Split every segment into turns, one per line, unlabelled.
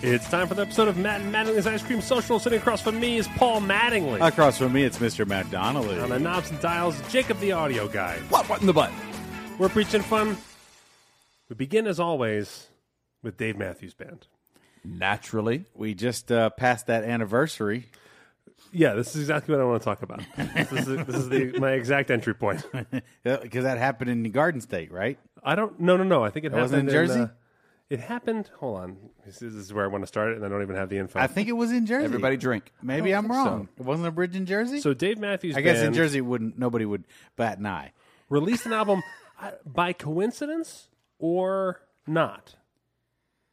It's time for the episode of Matt and Mattingly's Ice Cream Social. Sitting across from me is Paul Mattingly.
Across from me, it's Mr. Matt Donnelly.
On the knobs and dials, Jacob the audio guy.
What? What in the butt?
We're preaching fun. We begin, as always, with Dave Matthews Band.
Naturally.
We just uh, passed that anniversary.
Yeah, this is exactly what I want to talk about. this is, this is the, my exact entry point.
Because uh, that happened in the Garden State, right?
I don't. No, no, no. I think it,
wasn't
happened
in Jersey?
uh, it happened. Hold on. This is, this is where I want to start it, and I don't even have the info.
I think it was in Jersey.
Everybody drink.
Maybe
I
I'm
don't think
wrong. It wasn't a bridge in Jersey.
so Dave Matthews.
I guess in
Band
Jersey, wouldn't nobody would bat an eye.
released an album uh, by coincidence or not.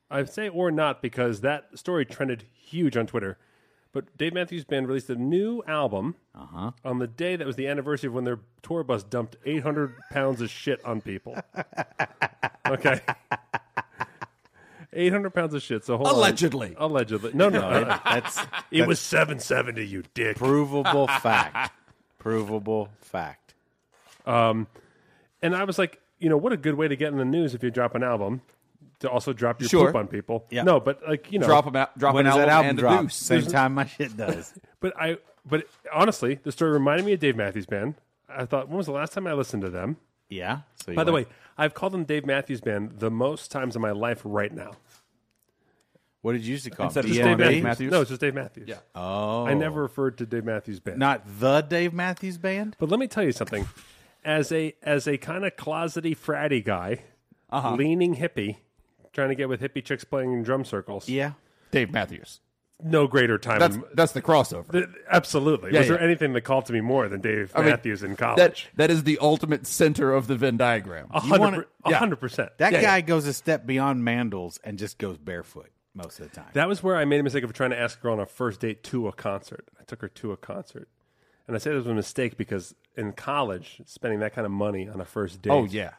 I say or not because that story trended huge on Twitter. But Dave Matthews Band released a new album on the day that was the anniversary of when their tour bus dumped 800 pounds of shit on people. Okay. 800 pounds of shit. So hold on.
Allegedly.
Allegedly. No, no. uh,
That's
it was 770, you dick.
provable fact. Provable fact.
And I was like, you know, what a good way to get in the news if you drop an album to also drop your
Sure.
poop on people.
Yeah.
No, but like, you know,
Drop 'em out. Drop
when
an
does
album,
that album
and
drop?
a deuce.
Same time my shit does.
But I, but honestly, the story reminded me of Dave Matthews Band. I thought, when was the last time I listened to them?
yeah. So you
By the way,
went-
I've called them Dave Matthews Band the most times in my life right now.
what did you used to call
Instead
it? E?
of just
Dave Matthews.
Dave
DMB?
Matthews?
No, it's just Dave Matthews.
Yeah.
Oh. I never referred to Dave Matthews Band.
Not the Dave Matthews Band.
But let me tell you something. As a as a kind of closety fratty guy, leaning hippie, trying to get with hippie chicks playing in drum circles.
Yeah.
Dave Matthews.
No greater time.
That's
in-
that's the crossover.
Th- absolutely.
Yeah,
Was there
yeah.
anything that called to me more than Dave
I mean,
Matthews in college?
That that is the ultimate center of the Venn diagram.
A hundred
wanna-
per- a
yeah.
hundred percent.
That
Yeah,
guy goes a step beyond Mandels and just goes barefoot most of the time.
That was where I made a mistake of trying to ask a girl on a first date to a concert. I took her to a concert. And I say that was a mistake because in college, spending that kind of money on a first date
oh yeah.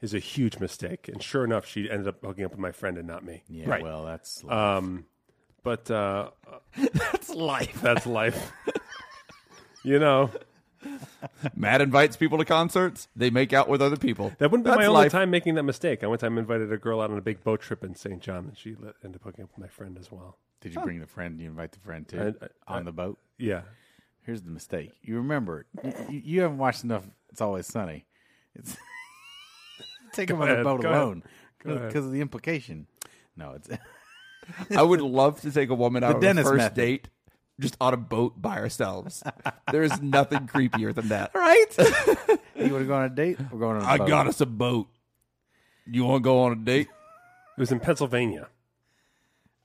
is a huge mistake. And sure enough, she ended up hooking up with my friend and not me.
yeah,
right.
well,
Uh,
that's
But uh,
That's life.
that's life. you know,
Matt invites people to concerts. They make out with other people.
that wouldn't be
That's
my only
life.
time making that mistake. I one time invited a girl out on a big boat trip in St. John, and she le- ended up hooking up with my friend as well.
Did you bring the friend? You invite the friend too
I- I-
on the boat.
Yeah.
Here's the mistake. You remember, you, you- you haven't watched enough. It's always sunny. It's take him on
ahead,
the boat
go ahead,
alone
ahead.
because of the implication. No, it's
I would love to take a woman out on a
Dennis
first
method.
date just on a boat by ourselves. there is nothing creepier than that.
right. you want to go on a date? We're going on. I
I got us a boat. You want to go on a date?
It was in Pennsylvania.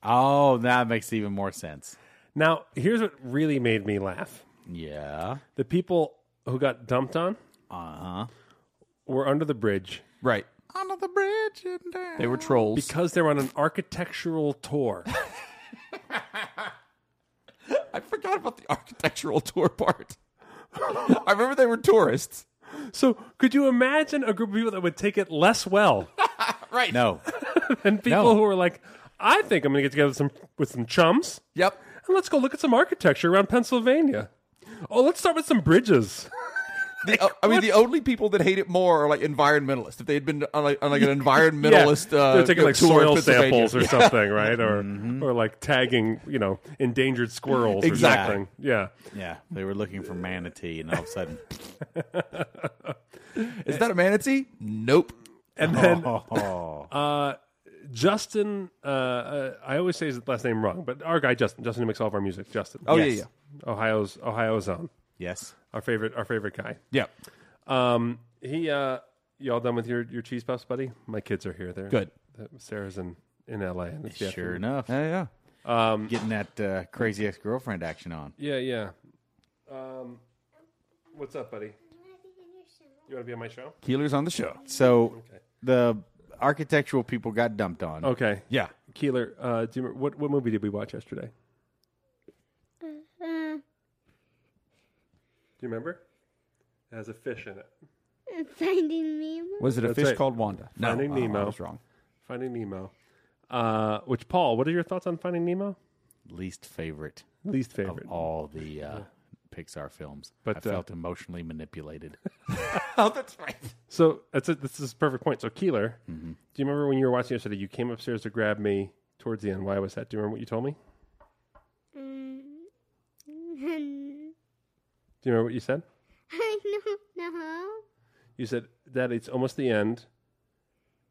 Oh, that makes even more sense.
Now, here's what really made me laugh.
Yeah.
The people who got dumped on
Uh huh.
were under the bridge
Right.
Under the bridge and down.
They were trolls.
because they were on an architectural tour.
I forgot about the architectural tour part. I remember they were tourists.
so, could you imagine a group of people that would take it less well
Right.
No.
than people who are like, "I think I'm going to get together with some with some chums
Yep.
and let's go look at some architecture around Pennsylvania." Oh, let's start with some bridges.
The, uh, I mean, the only people that hate it more are like environmentalists. If they had been on like, on like an environmentalist, uh,
they're taking
you know,
like
tour of
soil
Pennsylvania. Mm-hmm.
samples or something, right? Or or like tagging, you know, endangered squirrels
Exactly.
or something. Yeah.
Yeah, they were looking for manatee, and all of a sudden,
Is that a manatee? Nope.
And then
Oh.
uh, Justin, uh, uh, I always say his last name wrong, but our guy Justin, Justin who makes all of our music, Justin.
Oh
Yes.
yeah,
Ohio's Ohio's own,
yes.
our favorite, our favorite guy.
yeah, yeah.
Um, he, uh, you all done with your your cheese puffs, buddy? My kids are here. They're uh,
Good.
Sarah's in in L.A. and it's the
Sure
afternoon.
enough,
Yeah, yeah.
getting that uh, crazy ex girlfriend action on.
Yeah, yeah. Um, what's up, buddy? You want to be on my show?
Keeler's on the show.
So the architectural people got dumped on.
Okay.
Yeah.
Keeler, uh, do you, remember- what what movie did we watch yesterday?
Uh,
Do you remember? It has a fish in it.
Finding Nemo.
Was it a
That's
fish
right.
called Wanda? No,
Finding
uh,
Nemo.
I was wrong.
Finding Nemo. Uh, which Paul, what are your thoughts on Finding Nemo?
Least favorite
Least
of
favorite.
all the uh, Pixar films. I
But, uh,
felt emotionally manipulated.
Oh, that's right.
So that's a, this is a perfect point. So Keeler,
Mm-hmm.
do you remember when you were watching yesterday? You came upstairs to grab me towards the end. Why was that? Do you remember what you told me?
I
Do you remember what you said?
don't know.
You said, "Dad, it's almost the end,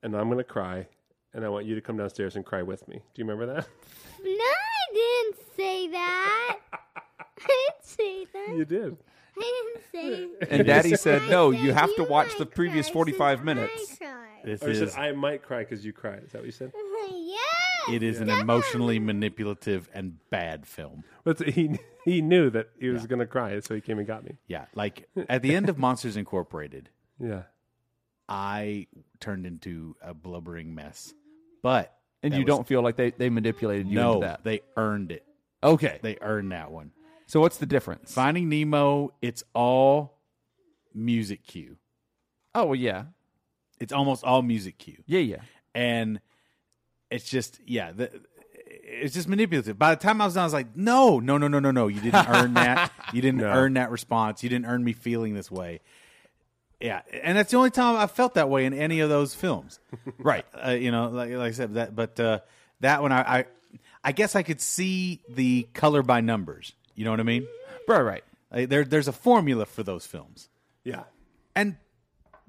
and I'm going to cry, and I want you to come downstairs and cry with me." Do you remember that?
No, I didn't say that. I didn't say that.
you did.
I didn't say that.
And Daddy said,
I
"No, you
said
have to watch
might
the previous
cry,
forty-five
said
minutes."
I cried.
This
Or Oh, you
is Mm.
said, "I might cry because you cried." Is that what you said?
yes.
it is an emotionally manipulative and bad film.
But he he knew that he was going to cry, so he came and got me.
Yeah, like at the end of Monsters Incorporated,
Yeah.
I turned into a blubbering mess. But
And
That
you
was-
don't feel like they, they manipulated you into
no,
that.
they earned it.
okay.
They earned that one.
so what's the difference?
Finding Nemo, it's all music cue.
Oh well, yeah,
It's almost all music cue.
yeah, yeah.
and it's just yeah the, it's just manipulative by the time i was done i was like no no no no no no you didn't earn that you didn't earn that response you didn't earn me feeling this way yeah and that's the only time i felt that way in any of those films right uh, you know like, like i said that but uh, that one I, I i guess i could see the color by numbers you know what i mean
Right, right.
like, Uh, there, there's a formula for those films
Yeah.
and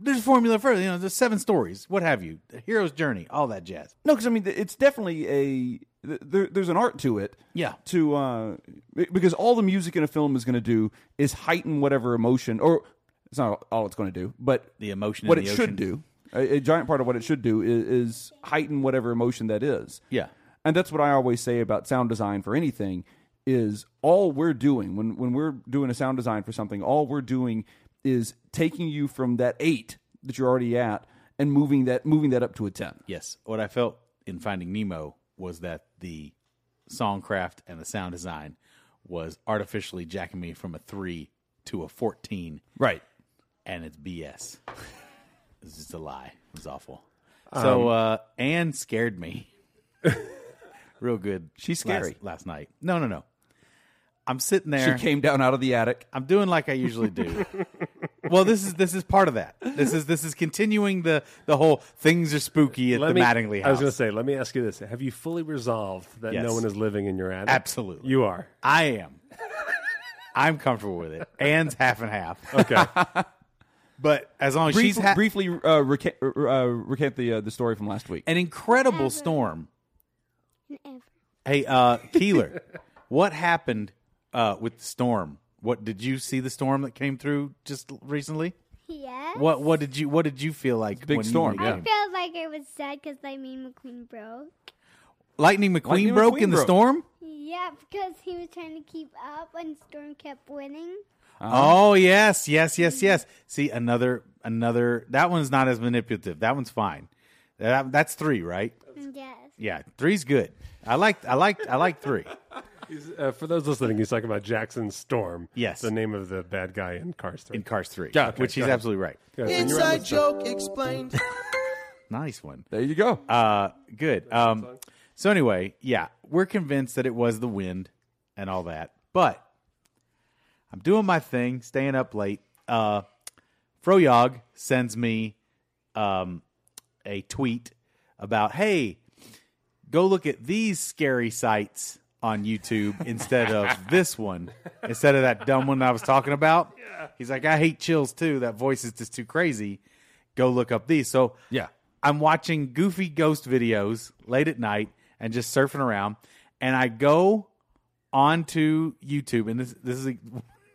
there's a formula for it, you know the seven stories what have you the hero's journey all that jazz
No, because I mean, th- it's definitely a th- there, there's an art to it.
Yeah.
To uh, be- because all the music in a film is going to do is heighten whatever emotion, or it's not all it's going to do, but
The emotion in
What it
the
should
ocean.
do, a, a giant part of what it should do is, is heighten whatever emotion that is.
Yeah.
And that's what I always say about sound design for anything is all we're doing when when we're doing a sound design for something, all we're doing is taking you from that eight that you're already at and moving that moving that up to a ten.
Yes. What I felt in Finding Nemo was that the songcraft and the sound design was artificially jacking me from a three to a 14,
Right.
and it's BS. it's just a lie. It was awful.
Um,
So, uh, Anne scared me. Real good.
She's
last-
scary.
Last, night. No, no, no. I'm sitting there.
She came down out of the attic.
I'm doing like I usually do. well, this is this is part of that. This is this is continuing the the whole things are spooky at the Mattingly house.
I was going to say, let me ask you this: Have you fully resolved that
Yes.
no one is living in your attic?
Absolutely.
You are.
I am. I'm comfortable with it. Anne's half and half.
Okay.
But as long as
Brief,
she's ha-
briefly uh, recant, uh, recant the uh, the story from last week.
an incredible storm.
Never.
Hey, uh, Keeler, what happened uh, with the storm? What did you see the storm that came through just recently?
Yes.
What what did you what did you feel like?
big
when you
storm,
were
I
young?
felt like I was sad because Lightning McQueen broke.
Lightning McQueen
Lightning
broke
McQueen
in the
broke.
storm.
Yeah, because he was trying to keep up and Storm kept winning.
Oh yes, yes, yes, yes. See another another. That one's not as manipulative. That one's fine. That, that's three, right?
Yes.
Yeah, three's good. I like I like I like three.
He's, uh, for those listening, he's talking about Jackson Storm.
Yes.
The name of the bad guy in Cars 3.
in Cars 3,
Yeah, okay,
which
go
he's
ahead.
absolutely right.
Yeah, so you're on
Inside
the-
joke explained.
Nice one.
There you go.
Uh, good. Um, so anyway, yeah, we're convinced that it was the wind and all that, but I'm doing my thing, staying up late. Uh, Froyog sends me um, a tweet about, hey, go look at these scary sites on YouTube instead of this one, instead of that dumb one I was talking about. He's like, I hate chills too. That voice is just too crazy. Go look up these. So
Yeah.
I'm watching goofy ghost videos late at night and just surfing around, and I go onto YouTube, and this this is like,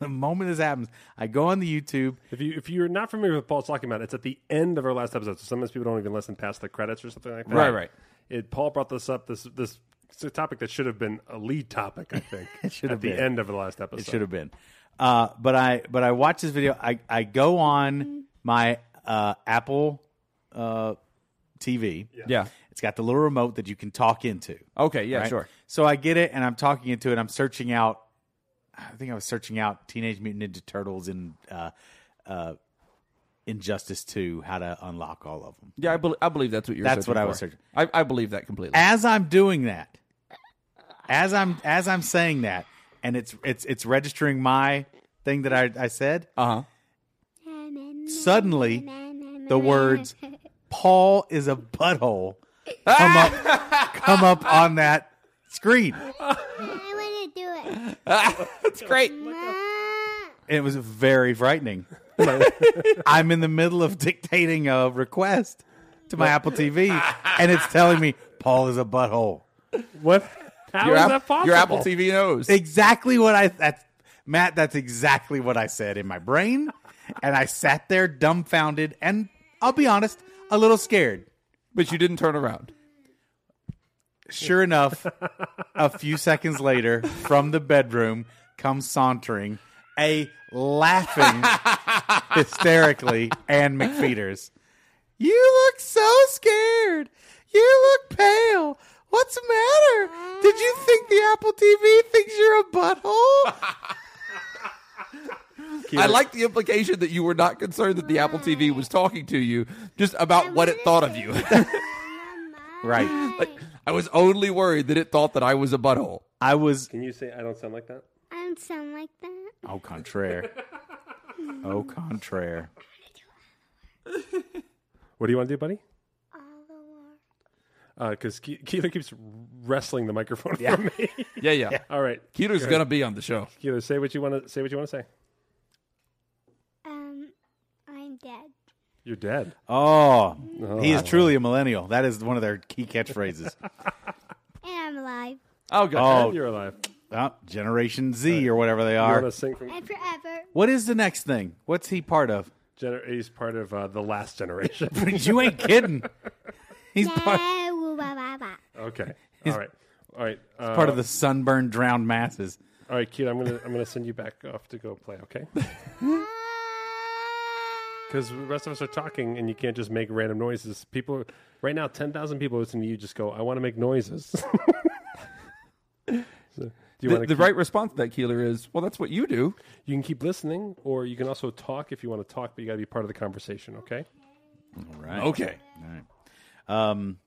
the moment this happens. I go on the YouTube.
If, you, if you're not familiar with what Paul's talking about, it's at the end of our last episode. So sometimes people don't even listen past the credits or something like that.
Right, right.
It, Paul brought this up, this, this it's a topic that should have been a lead topic, I think. it
should
At
have
the
been.
end of the last episode.
It should have been. Uh, but I but I watch this video. I I go on my uh, Apple uh, TV.
Yeah.
It's got the little remote that you can talk into.
Okay. Yeah.
right?
Sure.
So I get it, and I'm talking into it. I'm searching out. I think I was searching out Teenage Mutant Ninja Turtles and uh, uh, Injustice Two: How to Unlock All of Them.
Yeah, I, bel I believe that's what you're.
That's
searching
what I
for.
was searching.
I, I believe that completely.
As I'm doing that, as I'm as I'm saying that, and it's it's it's registering my thing that I, I said.
Uh huh.
Suddenly, the words "Paul is a butthole" come up come up on that screen.
I want to do it.
That's great.
Ma-
It was very frightening. I'm in the middle of dictating a request to my Apple TV, and it's telling me Paul is a butthole.
What? How is
Your,
that
app,
possible?
your Apple TV knows.
Exactly what I that's Matt. That's exactly what I said in my brain, and I sat there dumbfounded, and I'll be honest, a little scared.
But you didn't turn around.
Sure enough, a few seconds later, from the bedroom comes sauntering a laughing hysterically Ann McFeeters. You look so scared. You look pale. What's the matter? Did you think the Apple TV thinks you're a butthole?
I like the implication that you were not concerned that the Apple TV was talking to you, just about what it thought of you.
Right.
Like, I was only worried that it thought that I was a butthole.
I was
Can you say I don't sound like that?
I don't sound like that.
au contraire. Au contraire.
What do you want to do, buddy?
All the words.
Because Ke- Keeler keeps wrestling the microphone from me.
Yeah, yeah.
All right,
Keeler's gonna be on the show.
Keeler, say what you want to say. What you want to say?
Um, I'm dead.
You're dead.
Oh, he is truly a millennial. That is one of their key catchphrases.
And I'm alive.
Oh god.
Oh.
You're alive.
Oh, Generation Z or whatever they
You
are.
want to sing from?
And forever.
What is the next thing? What's he part of?
Gener- he's part of uh, the last generation.
you ain't kidding. He's part,
Yeah, woo, ba, ba, ba.
okay. All right. All right. Uh,
part of the sunburned, drowned masses.
all right, Keeler. I'm gonna I'm gonna send you back off to go play. Okay. Because the rest of us are talking, and you can't just make random noises. People right now, ten thousand people listening to you just go, "I want to make noises." so, do you
The,
want
the right response to that, Keeler, is well. That's what you do.
You can keep listening, or you can also talk if you want to talk, but you got to be part of the conversation. Okay.
All right.
Okay.
Um,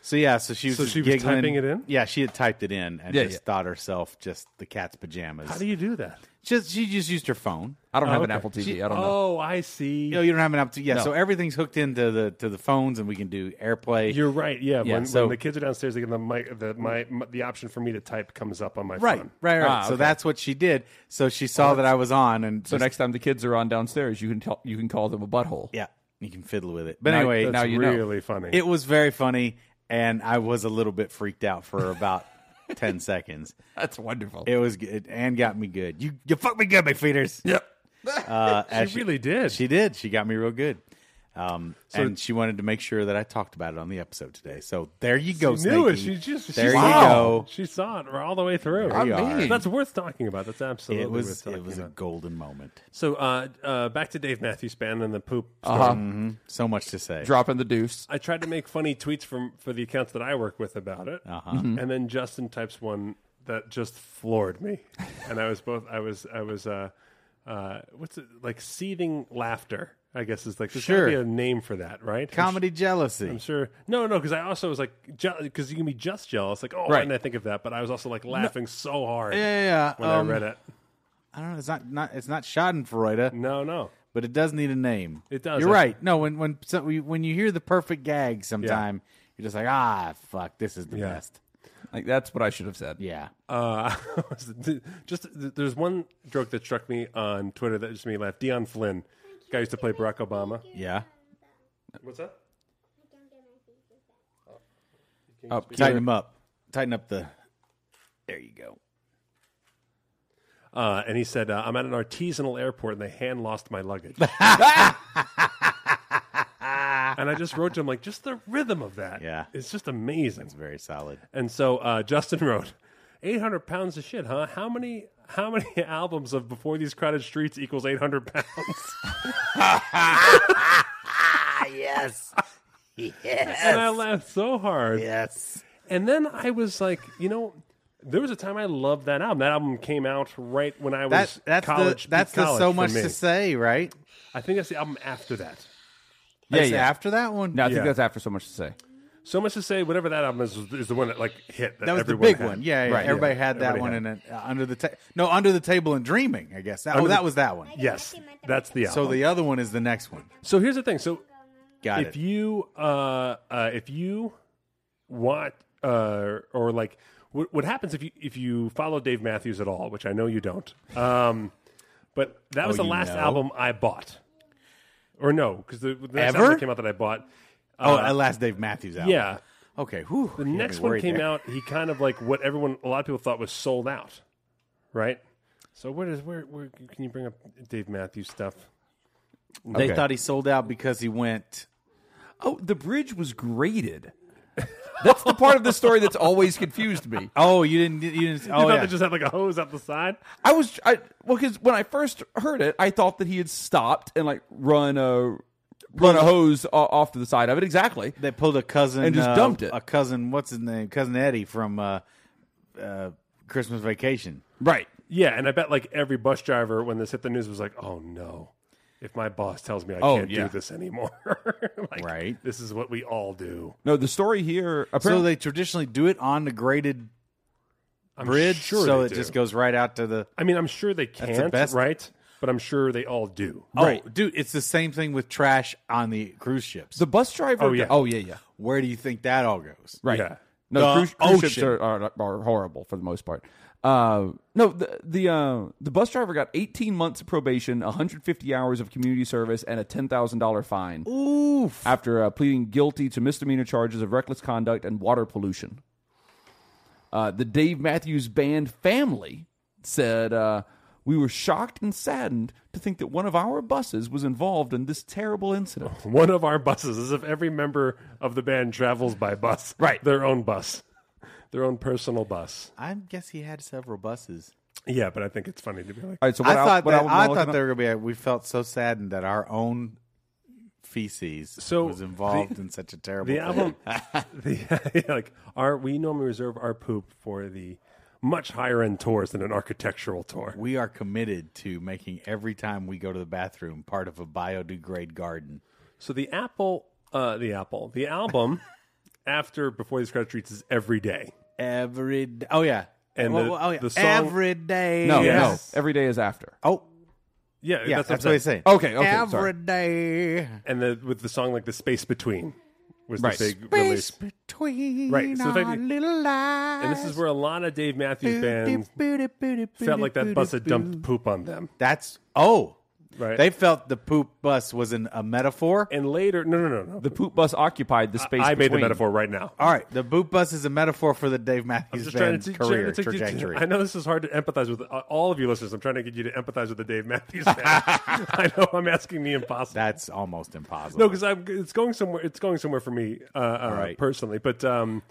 so yeah, so she was,
So
just
she was
giggling.
typing it in?
Yeah, she had typed it in and
Yeah,
just
yeah.
thought herself just the cat's pajamas.
How do you do that?
just she just used her phone.
I don't have an
okay.
Apple TV.
She-
I don't know.
Oh, I see.
You know, you don't have an app to yeah.
No.
So everything's hooked into the to the phones, and we can do AirPlay.
You're right. Yeah.
Yeah,
when,
so-
when the kids are downstairs, they get the mic. The my, my the option for me to type comes up on my
right,
phone.
right, right.
Ah,
So
okay.
that's what she did. So she saw that I was on, and
So
just-
next time the kids are on downstairs, you can tell, you can call them a butthole.
yeah, you can fiddle with it. But
Now-
anyway,
That's
now you know.
really funny.
It was very funny, and I was a little bit freaked out for about ten seconds.
That's wonderful.
It was good, and got me good. You you fucked me good, my feeders.
yep.
Uh, as
she really did.
She did. She got me real good. Um,
So-
and she wanted to make sure that I talked about it on the episode today. So there you go.
she knew it.
Snakey.
She just she
there you
saw it.
go.
She saw it all the way through.
There you
I
are.
mean-
That's worth talking about. That's absolutely
It was
worth
it
talking
was a
about.
golden moment.
So uh, uh, back to Dave Matthews Band and the poop. story.
Uh-huh. So much to say.
Dropping the deuce.
I tried to make funny tweets from for the accounts that I work with about it,
Uh-huh. Mm-hmm.
and then Justin types one that just floored me, and I was both I was I was uh, uh, what's it like seething laughter? I guess is like there's
Sure.
gotta be a name for that, right? I'm
Comedy jealousy.
I'm sure. No, no, because I also was like, because you can be just jealous, like, oh, why
Right.
didn't I think of that? But I was also like laughing so hard
yeah, yeah.
when
um,
I read it.
I don't know. It's not, not it's not Schadenfreude,
No, no,
but it does need a name.
It does.
You're right. No, when when so we, when you hear the perfect gag, sometime you're just like, ah, fuck, this is the
Yeah.
best.
Like that's what I should have said.
Yeah.
Uh, just there's one joke that struck me on Twitter that just made me laugh. Dion Flynn, guy who used to play Barack Obama.
Yeah.
What's that?
Oh,
Tighten
Keeler,
them up. Tighten up the. There you go.
Uh, and he said, uh, "I'm at an artisanal airport, and they hand lost my luggage." and I just wrote to him like, just the rhythm of that.
Yeah.
it's just amazing.
It's very solid.
And so uh, Justin wrote, 800 pounds of shit, huh? How many how many albums of Before These Crowded Streets equals 800 pounds?
Ah, yes. yes.
and I laughed so hard.
Yes.
And then I was like, you know, There was a time I loved that album. That album came out right when I was
That, that's
college.
the that's
peak
the
college
so
for
much
me.
to say, right?
I think that's the album after that.
That's After that one,
No, I think
Yeah.
that's after so much to say.
So much to say. Whatever that album is is the one that like hit. That,
that was the
everyone
big
had.
one. Yeah, yeah.
Right,
everybody
yeah.
had that
Everybody
one.
had
And then, uh, under the ta- no, under the table and dreaming. I guess. That, oh,
Under the-
that was that one.
Yes, that's the album.
So the other one is the next one.
So here's the thing. So
Got
if
it.
you uh, uh, if you want uh, or like what, what happens if you if you follow Dave Matthews at all, which I know you don't. Um, but that was the
you
last
know?
album I bought, or no, because the, the next
Ever?
album that came out that I bought.
oh,
Uh,
that last Dave Matthews album.
Yeah,
Okay. Whew,
the next one came out. He kind of like what everyone, a lot of people thought was sold out, right? So where does where where can you bring up Dave Matthews stuff?
They
Okay.
thought he sold out because he went.
Oh, the bridge was graded. That's the part of the story that's always confused me.
Oh, you didn't. You didn't.
You
Oh,
thought
yeah.
they just had like a hose up the side.
I was I well because when I first heard it, I thought that he had stopped and like run a run a hose o- off to the side of it. Exactly.
they pulled a cousin
And just
uh,
dumped it.
A cousin. What's his name? Cousin Eddie from uh, uh, Christmas Vacation.
Right.
Yeah, and I bet like every bus driver when this hit the news was like, "Oh no, if my boss tells me I
Oh,
can't
yeah.
do this anymore, like,
Right.
This is what we all do."
No, the story here
So
apparently
they traditionally do it on the graded
I'm
bridge,
sure
so
they
it
do.
just goes right out to the.
I mean, I'm sure they
the
can't,
best-
right? But I'm sure they all do.
Oh, dude, it's the same thing with trash on the cruise ships.
the bus driver.
Oh, yeah.
Oh yeah. Yeah.
Where do you think that all goes?
Right.
Yeah.
No,
The
cruise, cruise ships
ocean.
are, are, are horrible for the most part. Uh, no, the the uh, the bus driver got 18 months of probation, 150 hours of community service, and a ten thousand dollar fine
Oof.
after uh, pleading guilty to misdemeanor charges of reckless conduct and water pollution. Uh, the Dave Matthews Band family said, uh, "We were shocked and saddened to think that one of our buses was involved in this terrible incident."
One of our buses, as if every member of the band travels by bus,
Right.
Their own bus, their own personal bus.
I guess he had several buses.
Yeah, but I think it's funny to be like,
All right, so
I
what al-
thought
what
that,
album am
I
looking
thought
at?
they were gonna be. like, We felt so saddened that our own feces
So
was involved in such a terrible. thing.
the album the, like our we normally reserve our poop for the much higher end tours than an architectural tour
We are committed to making every time we go to the bathroom part of a biodegrade garden.
so the apple uh the apple the album after before these credit treats is every day
Every d- oh yeah,
And
Well,
the-
well, oh, yeah.
the song-
every day.
No,
Yes.
no, every day is after.
no. Oh
yeah,
yeah,
that's,
that's, what
what i'm
he's
saying
saying.
Okay, okay,
Every
sorry.
day.
and the, with the song like the space between was
Right.
the big
Space
release
between
Right, so the fact
our
that-
little lives.
and this is where a lot of dave matthews bands felt
felt
like that bus had dumped poop on them
That's oh,
Right.
They felt the poop bus was an, a metaphor.
and later no no no no
The poop bus occupied the space.
i made the
between.
metaphor right now
All right, the poop bus is a metaphor for the Dave
I'm
Matthews
just trying
Band
to teach
career
you, to- to-
trajectory.
I know this is hard to empathize with uh, all of you listeners. I'm trying to get you to empathize with the Dave Matthews Band. I know I'm asking the impossible.
That's almost impossible.
no, because I'm it's going somewhere. It's going somewhere for me uh, uh,
right.
personally. But um,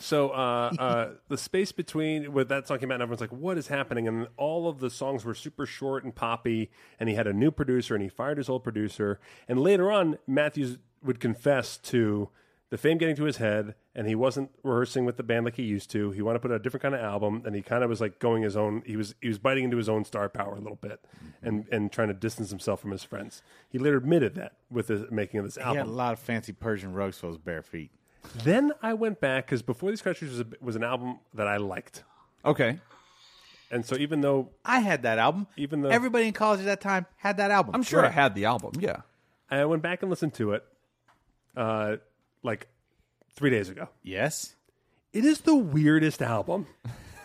so uh, uh, the space between with that song came out, and everyone's like, "What is happening?" And all of the songs were super short and poppy. And he had a new producer, and he fired his old producer. And later on, Matthews would confess to the fame getting to his head, and he wasn't rehearsing with the band like he used to. He wanted to put out a different kind of album, and he kind of was like going his own. He was he was biting into his own star power a little bit, and and trying to distance himself from his friends. He later admitted that with the making of this
he had a
album.
lot of fancy Persian rugs for his bare feet.
Then I went back because before these countries was, a, was an album that I liked,
Okay,
and so even though
I had that album.
Even though-
everybody in college at that time had that album.
I'm sure I had the album. Yeah.
I went back and listened to it, uh, like three days ago.
Yes.
It is the weirdest album.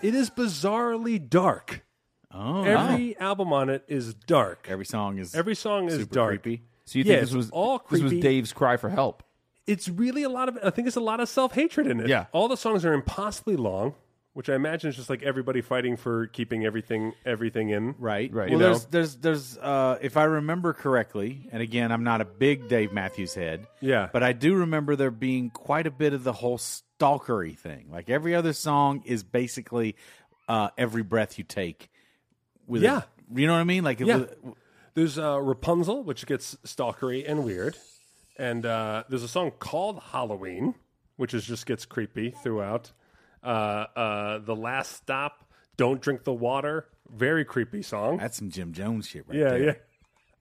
It is bizarrely dark.
Oh,
Every album on it is dark.
every song is
Every song is
super
dark.
creepy.
So you
Yeah,
think this
it's
was
all
this was
creepy.
Dave's cry for help?
It's really a lot of. I think it's a lot of self hatred in it.
Yeah.
all the songs are impossibly long, which I imagine is just like everybody fighting for keeping everything everything in.
Right. Well,
Right. You know?
there's there's there's uh, if I remember correctly, and again, I'm not a big Dave Matthews head.
Yeah.
But I do remember there being quite a bit of the whole stalkery thing. Like every other song is basically uh, every breath you take. With a-
Yeah.
you know what I mean? Like it
Yeah.
was-
There's uh, Rapunzel, which gets stalkery and weird, and uh, there's a song called Halloween, which is just gets creepy throughout. Uh, uh, the last stop. Don't drink the water. Very creepy song.
That's some Jim Jones shit right
yeah,
there.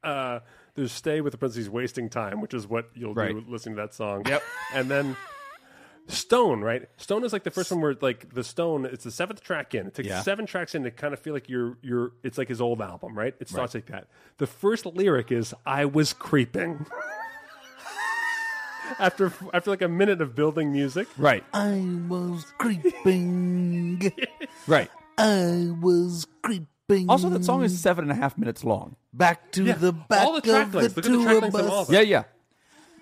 yeah. Uh, there's "Stay with the Princess." He's wasting time, which is what you'll
Right.
do listening to that song. Yep. And then Stone, right? Stone is like the first one where like the Stone. It's the seventh track in. It takes
Yeah.
seven tracks in to kind of feel like you're you're. It's like his old album, right? It starts like that. The first lyric is "I was creeping." after after like a minute of building music,
Right.
I was creeping.
Right.
I was creeping.
Also, that song is seven and a half minutes long.
back to the back
all the track
of
lengths.
the
Look at the track
two of
lengths of all of
us.
them.
Yeah, yeah.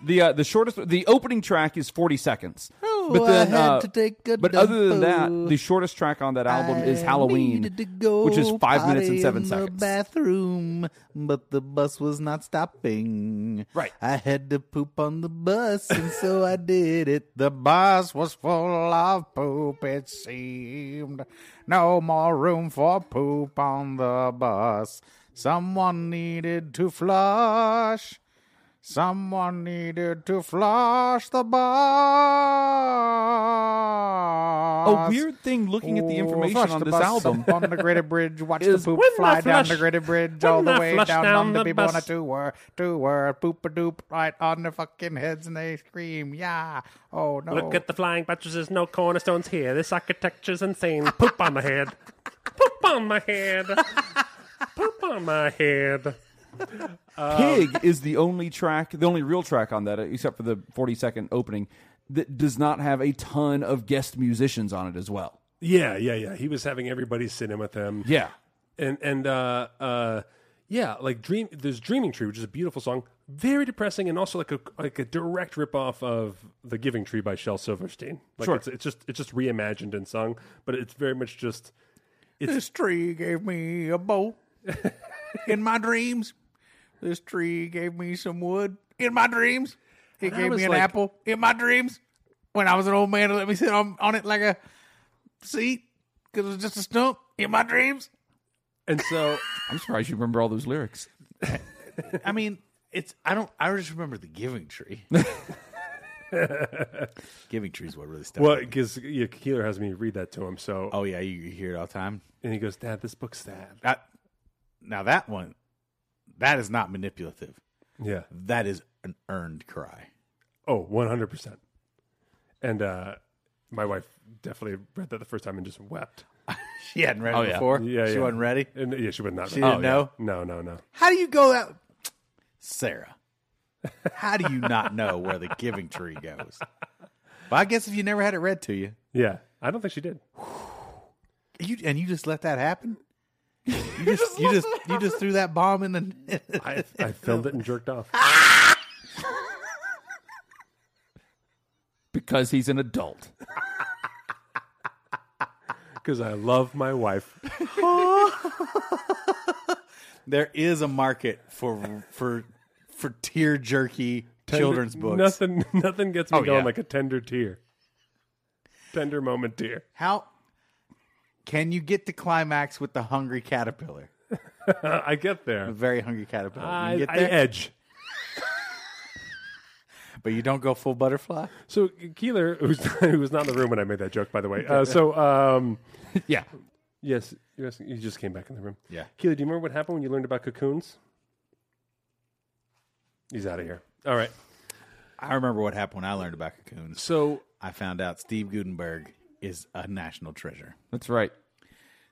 The uh, the shortest the opening track is forty seconds. uh,
Oh, I had to take a
but other than
dump.
that, the shortest track on that album is
I
Halloween,
needed to go
which is five minutes
potty
and seven
in
seconds.
The bathroom, but the bus was not stopping.
Right.
I had to poop on the bus, and so I did it. The bus was full of poop. It seemed no more room for poop on the bus. Someone needed to flush. Someone needed to flush the bus.
A weird thing looking at the information
Flush
on
the
this
bus
album.
up on the Greater Bridge, watch the
Is
poop
when I
fly down
flush-
the Greater Bridge
when
all the
I
way
flush
down,
down
on the,
the
people on a
bus.
two-were, two-were, poop a doop right on their fucking heads and they scream, yeah, oh no.
Look at the flying buttresses, no cornerstones here. This architecture's insane. Poop on my head. Poop on my head. Poop on my head.
Pig is the only track, the only real track on that, except for the forty second opening, that does not have a ton of guest musicians on it as well.
Yeah, yeah, yeah. He was having everybody sit in with him.
Yeah.
And and uh uh yeah, like dream there's Dreaming Tree, which is a beautiful song. Very depressing and also like a like a direct ripoff of The Giving Tree by Shel Silverstein. Like
Sure.
it's it's just it's just reimagined and sung, but it's very much just
This tree gave me a bow in my dreams. This tree gave me some wood in my dreams. It
I
gave
was
me an
like-
apple in my dreams. When I was an old man, it let me sit on, on it like a seat because it was just a stump in my dreams.
and so
I'm surprised you remember all those lyrics.
I mean, it's I don't I just remember the Giving Tree. giving Tree is what really stuck.
well
with me.
because yeah, Keeler has me read that to him, so
oh yeah, you, you hear it all the time.
and he goes, Dad, this book's sad.
That- now that one, that is not manipulative.
Yeah.
That is an earned cry.
Oh, 100%. And uh, my wife definitely read that the first time and just wept.
She hadn't read it
yeah.
before.
Yeah,
she
yeah.
wasn't ready.
And yeah, she would not.
She didn't know?
No, no, no.
How do you go that, Sarah? How do you not know where the Giving Tree goes? Well, I guess if you never had it read to you,
Yeah. I don't think she did.
you and you just let that happen. You just you just you just threw that bomb in the
I, I filmed it and jerked off.
Because he's an adult.
Because I love my wife.
there is a market for for for tear jerky children's books. Oh,
Nothing nothing gets me going
yeah.
like a tender tear. Tender moment tear.
How can you get to climax with the hungry caterpillar?
I get there.
The very hungry caterpillar.
I,
you get
I
there,
edge.
but you don't go full butterfly.
So Keeler, who's, who was not in the room when I made that joke, by the way. Uh, so, um,
yeah.
yes, yes, you just came back in the room.
Yeah.
Keely, do you remember what happened when you learned about cocoons? He's out of here. All right.
I remember what happened when I learned about cocoons.
So
I found out Steve Gutenberg is a national treasure.
That's right.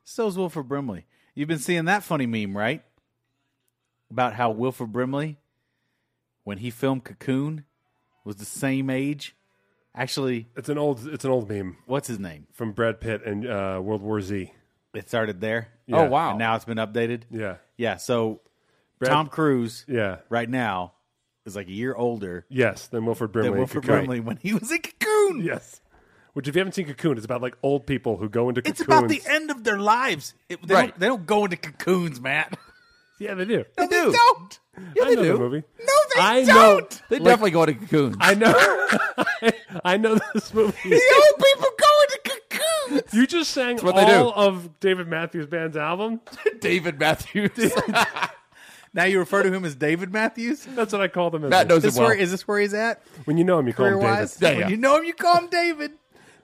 So's Wilford Brimley. You've been seeing that funny meme, right? About how Wilford Brimley, when he filmed Cocoon, was the same age. Actually,
it's an old it's an old meme
what's his name?
from Brad Pitt and uh, World War Z.
It started there.
Yeah.
Oh wow.
And now it's been updated.
Yeah.
Yeah, so
Brad-
Tom Cruise
Yeah.
right now is like a year older
Yes. Then Wilford Brimley.
than
in
Wilford
Cocoon.
Brimley when he was in Cocoon.
Yes. Which, if you haven't seen Cocoon, it's about like old people who go into cocoons.
It's about the end of their lives. It- they,
Right.
don't, they don't go into cocoons, Matt.
Yeah, they do.
No, they,
do.
not
Yeah,
I
they
know
do.
the movie.
No, they
I know.
don't.
They definitely go to cocoons.
I know. I know this movie.
The old people go into cocoons.
You just sang
what
all
they do.
of David Matthews Band's album.
David Matthews.
Now you refer to him as David Matthews.
That's what I call them. as
Matt knows
This
it well.
where is this where he's at
When you know him, you call
career
him David.
wise?
Yeah,
When
yeah.
you know him, you call him David.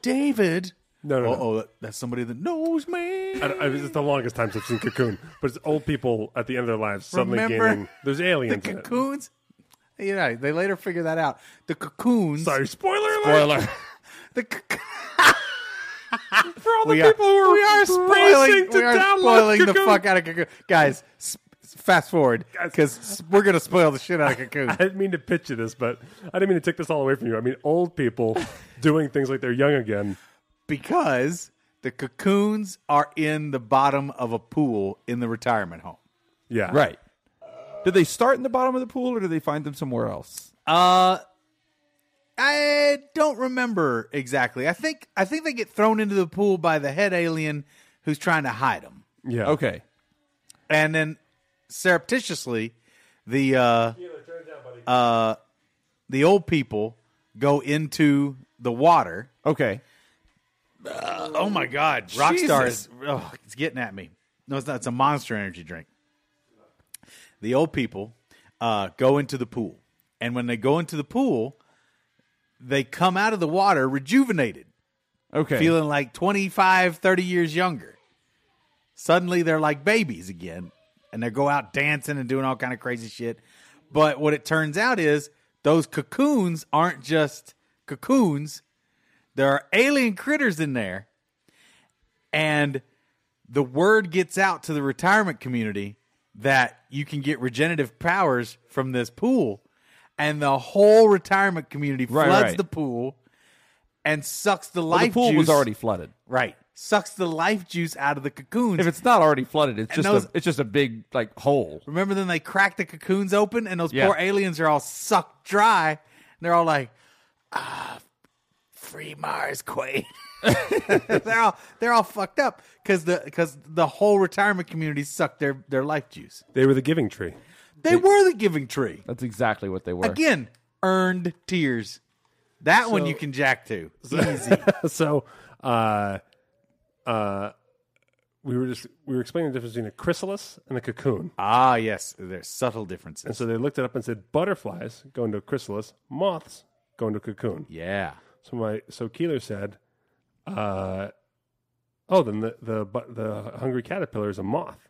David
No, no, no.
oh, that's somebody that knows me.
I, I, it's the longest time since I've seen Cocoon, but it's old people at the end of their lives suddenly
Remember
gaining. There's
The
aliens. in it.
cocoons. You know, they later figure that out. The cocoons.
Sorry, spoiler alert.
Spoiler. the cocoons.
for all the
we are,
people who are
we are spoiling,
racing to
we are
download
spoiling the
Cocoon.
fuck out of Cocoon. Guys, s- fast forward because we're going to spoil the shit out of Cocoon.
I didn't mean to pitch you this, but I didn't mean to take this all away from you. I mean, old people doing things like they're young again.
because the cocoons are in the bottom of a pool in the retirement home.
Yeah,
Right. Do they start in the bottom of the pool or do they find them somewhere else?
Uh I don't remember exactly. I think I think they get thrown into the pool by the head alien who's trying to hide them.
Yeah.
Okay.
And then surreptitiously the uh uh the old people go into the water.
Okay.
Oh my god, Rockstar is oh, it's getting at me. No, it's not. It's a Monster Energy drink. The old people uh, go into the pool, and when they go into the pool, they come out of the water rejuvenated,
Okay.
feeling like 25, 30 years younger. Suddenly, they're like babies again, and they go out dancing and doing all kind of crazy shit. But what it turns out is those cocoons aren't just cocoons; there are alien critters in there and the word gets out to the retirement community that you can get regenerative powers from this pool and the whole retirement community
Right,
floods
right.
the pool and sucks the
Well,
life
the pool
juice
was already flooded.
right sucks the life juice out of the cocoons
If it's not already flooded, it's just
those-
a, it's just a big like hole.
remember then they crack the cocoons open and those
Yeah.
poor aliens are all sucked dry and they're all like ah free mars queen they're all they're all fucked up because the because the whole retirement community sucked their their life juice
They were the giving tree.
they were the giving tree
That's exactly what they were.
again earned tears that one you can jack to
so, uh, uh, we were just we were explaining the difference between a chrysalis and a cocoon.
ah yes there's subtle
And
differences
so they looked it up and said butterflies go into a chrysalis, moths go into a cocoon.
yeah
So my so Keeler said, uh, "Oh, then the the but the hungry caterpillar is a moth."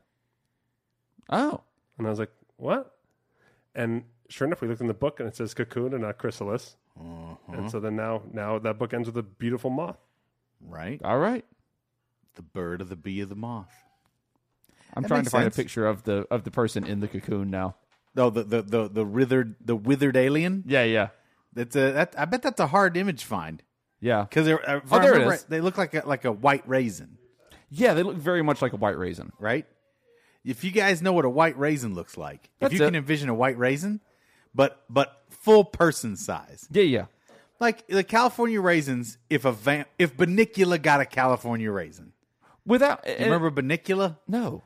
Oh.
And I was like, "What?" And sure enough, we looked in the book and it says cocoon and not chrysalis.
Mm-hmm.
And so then now now that book ends with a beautiful moth.
right
All right.
the bird of the bee of the moth
I'm
That
trying
makes
to find
sense.
a picture of the of the person in the cocoon now.
no Oh, the the the, the withered the withered alien
Yeah, yeah.
That's a that I bet that's a hard image find
Yeah.
because they're uh, if
Oh,
I
there it
remember
is.
right, they look like a, like a white raisin,
Yeah, they look very much like a white raisin.
right? If you guys know what a white raisin looks like,
That's
if you can
it.
envision a white raisin, but but full person size,
Yeah, yeah.
like the California raisins. If a van, if Banicula got a California raisin,
Without eh,
you remember Banicula?
No.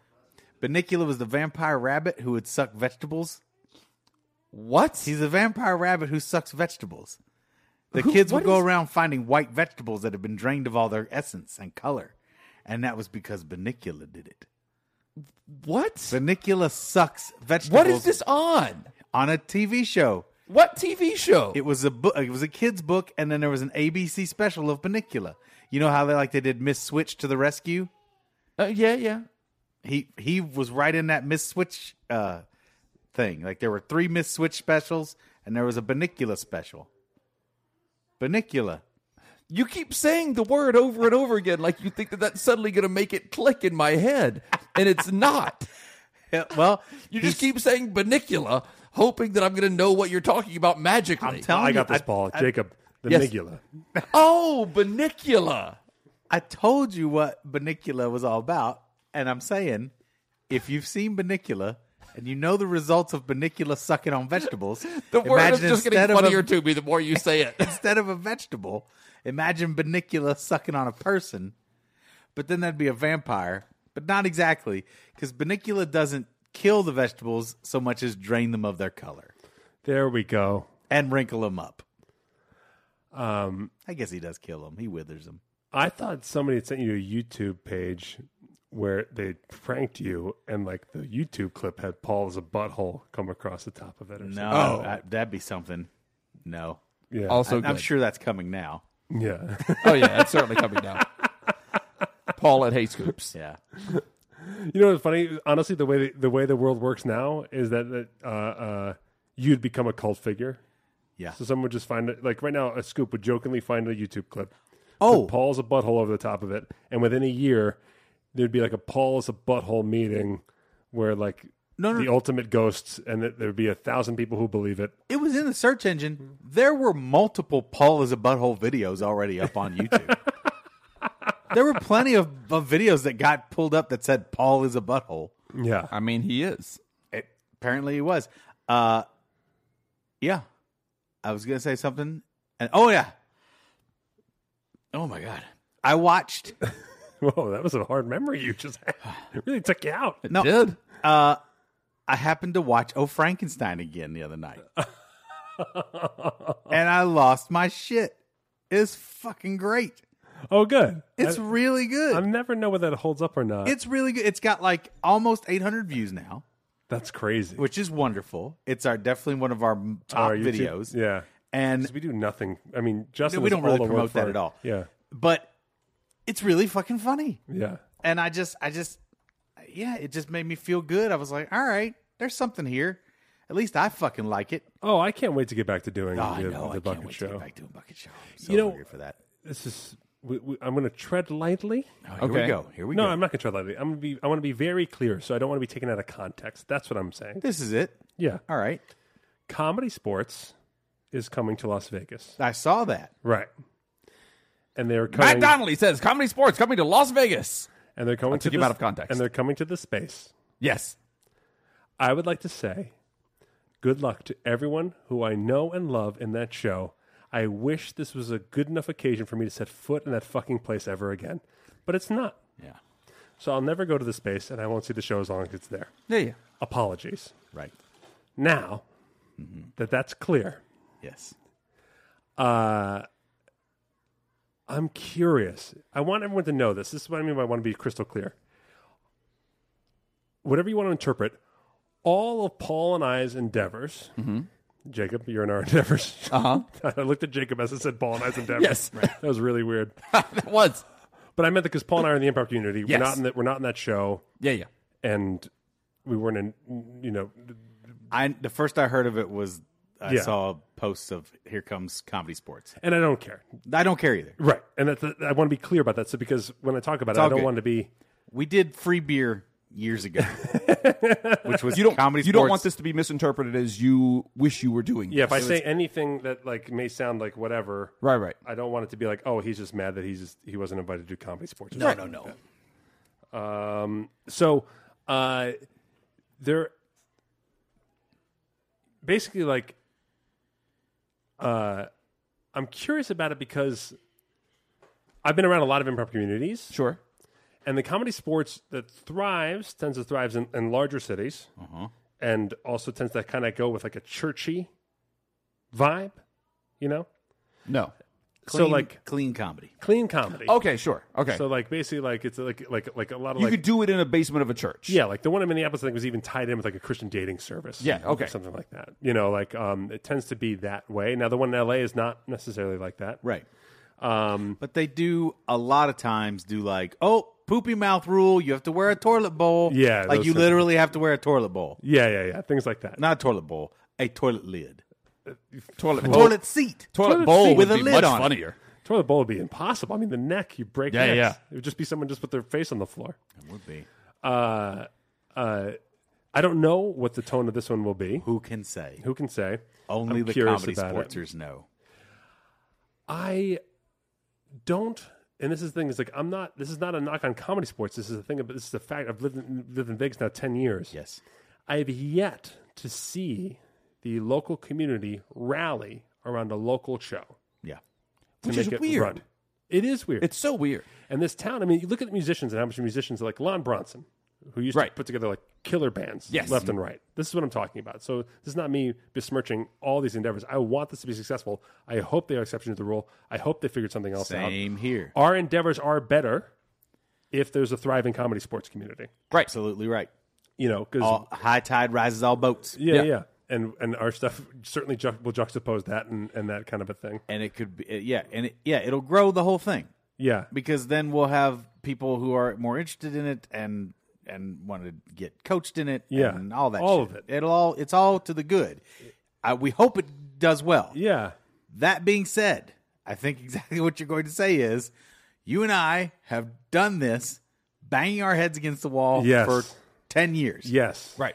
Banicula was the vampire rabbit who would suck vegetables.
What?
He's a vampire rabbit who sucks vegetables. The
Who-
kids would
what
go
is-
around finding white vegetables that had been drained of all their essence and color. And that was because Banicula did it.
what?
Banicula sucks vegetables
What is this on?
on a TV show.
What TV show?
It was a book it was a kids book and then there was an ABC special of Banicula. You know how they like they did Miss Switch to the rescue?
Uh, yeah, yeah.
He he was right in that Miss Switch uh thing. Like there were three Miss Switch specials and there was a Banicula special. Banicula.
You keep saying the word over and over again like you think that that's suddenly going to make it click in my head, and it's not.
Yeah, well,
You just keep saying banicula, hoping that I'm going to know what you're talking about magically.
I'm telling
I
you,
got this
I-
ball,
I-
Jacob. The
Yes.
migula.
oh, banicula.
I told you what Banicula was all about, and I'm saying, if you've seen Banicula and you know the results of Banicula sucking on vegetables,
The word is just
instead
getting
of a-
funnier to me the more you say it.
instead of a vegetable, imagine Banicula sucking on a person, but then that'd be a vampire, but not exactly, because Banicula doesn't kill the vegetables so much as drain them of their color
There we go.
and wrinkle them up.
Um,
I guess he does kill them. He withers them.
I thought somebody had sent you a YouTube page where they pranked you, and like the YouTube clip had Paul as a butthole come across the top of it. Or
No,
something.
Oh.
I- that'd be something. No.
yeah,
Also,
I'm
good.
sure that's coming now.
yeah.
Oh yeah, it's certainly coming down. Paul at Hey Scoops.
Yeah.
You know what's funny? Honestly, the way the, the way the world works now is that that, uh, uh, you'd become a cult figure.
Yeah.
So someone would just find it. Like right now, a scoop would jokingly find a YouTube clip.
Oh.
Put Paul's a butthole over the top of it, and within a year, there'd be like a Paul's a butthole meeting where like
No, no.
the ultimate ghosts, and that there'd be a thousand people who believe it.
It was in the search engine. There were multiple Paul is a butthole videos already up on YouTube. there were plenty of, of videos that got pulled up that said Paul is a butthole.
Yeah.
I mean, he is.
It, apparently, he was. Uh, yeah, I was gonna say something, and oh yeah, oh my god, I watched.
Whoa, that was a hard memory you just had. It really took you out.
No.
Did.
Uh, I happened to watch Oh Frankenstein again the other night, and I lost my shit. It's fucking great.
Oh, good.
It's really good.
I never know whether that holds up or not.
It's really good. It's got like almost 800 views now,
That's crazy.
which is wonderful. It's our definitely one of our m- top
Our YouTube-
videos.
Yeah.
And
'Cause we do nothing. I mean, Justin,
we
was
don't
all
really
the
promote
world for
that
it.
at all.
Yeah,
but it's really fucking funny.
yeah.
And I just I just yeah, it just made me feel good. I was like, "All right, there's something here. At least I fucking like it."
Oh, I can't wait to get back to doing
Oh, I
the,
know.
the
I
bucket
can't wait
show.
to get back to a bucket show. I'm so
You know-
hungry for that.
This is. We, we, I'm going to tread lightly.
Here we
Okay.
go. Here we
no,
go.
I'm not going to tread lightly. I'm going to be. I want to be very clear, so I don't want to be taken out of context. That's what I'm saying.
This is it.
Yeah,
All right.
comedy sports is coming to Las Vegas,
I saw that.
right? And they're coming.
Matt Donnelly says comedy sports coming to Las Vegas.
And they're coming to
took him
this-
out of context.
And they're coming to the space.
Yes.
I would like to say good luck to everyone who I know and love in that show. I wish this was a good enough occasion for me to set foot in that fucking place ever again, but it's not.
Yeah.
So I'll never go to the space and I won't see the show as long as it's there.
Yeah, yeah.
Apologies.
Right.
Now that that's clear, uh,
Yes.
I'm curious. I want everyone to know this. This is what I mean by I want to be crystal clear. Whatever you want to interpret, all of Paul and I's endeavors, Jacob, you're in our endeavors. Uh huh. I looked at Jacob as I said Paul and I's endeavors.
Uh-huh. Yes.
That was really weird.
That was.
But I meant that because Paul and I are in the improv community.
Yes.
We're, not in that. we're not in that show,
Yeah, yeah.
and we weren't in, you know,
I the first I heard of it was I
Yeah.
saw posts of "Here comes comedy sports."
and I don't care.
I don't care either.
Right. And that's, I want to be clear about that. So because when I talk about it,
all
I don't
good.
want to be.
We did free beer years ago, which was
You don't
comedy.
you don't
sports.
want this to be misinterpreted as you wish you were doing.
Yeah, if
this.
I say anything that like may sound like whatever,
Right, right.
I don't want it to be like, oh, he's just mad that he's just, he wasn't invited to do comedy sports. Um,
No, no, no.
So uh, they're basically like, uh, I'm curious about it because I've been around a lot of improv communities,
Sure.
and the comedy sports that thrives tends to thrives in, in larger cities,
Uh-huh.
and also tends to kind of go with like a churchy vibe, you know.
No.
so like
clean comedy.
clean comedy.
Okay, sure. Oh, Okay.
So like basically like it's like like like a lot of
you
like
could do it in a basement of a church.
Yeah, like the one in Minneapolis, I think, was even tied in with like a Christian dating service.
Yeah,
Or
okay.
something like that. You know, like um, it tends to be that way. Now, the one in LA is not necessarily like that.
Right.
Um,
But they do a lot of times do like, oh, poopy mouth rule. You have to wear a toilet bowl.
Yeah,
Like
those
you
sorts of-
literally have to wear a toilet bowl.
yeah, yeah, yeah, things like that.
Not a toilet bowl, a toilet lid.
Toilet bowl.
Toilet seat.
toilet
Toilet
bowl
seat
would
with a
be
lid
much
on it.
funnier.
Toilet bowl would be impossible. I mean, the neck you break.
Yeah,
necks.
yeah.
It would just be someone just with their face on the floor.
Would be.
Uh, uh, I don't know what the tone of this one will be.
Who can say?
Who can say?
Only
I'm
the
curious
comedy
about it.
sportsers know.
I don't. And this is the thing is like I'm not. This is not a knock on comedy sports. This is a thing. But this is a fact. I've lived in, lived in Vegas now ten years.
Yes.
I have yet to see the local community rally around a local show
Yeah.
to
Which
make
is
it
weird.
run. It is weird.
It's so weird.
and this town. I mean, you look at the musicians and how much musicians like Lon Bronson, who used
Right.
to put together like killer bands
Yes.
left and right. This is what I'm talking about. So this is not me besmirching all these endeavors. I want this to be successful. I hope they are exception to the rule. I hope they figured something else out.
Same here.
Our endeavors are better if there's a thriving comedy sports community.
Right.
Absolutely right.
You know, because
All, high tide rises all boats.
Yeah,
Yeah.
yeah. And and our stuff certainly ju- will juxtapose that and, and that kind of a thing.
and it could be yeah and it, yeah it'll grow the whole thing
Yeah.
because then we'll have people who are more interested in it and and want to get coached in it
Yeah.
and all that
All
shit.
of
it'll all it's all to the good I, we hope it does well
Yeah.
that being said i think exactly what you're going to say is you and i have done this banging our heads against the wall
Yes.
for 10 years
Yes.
Right.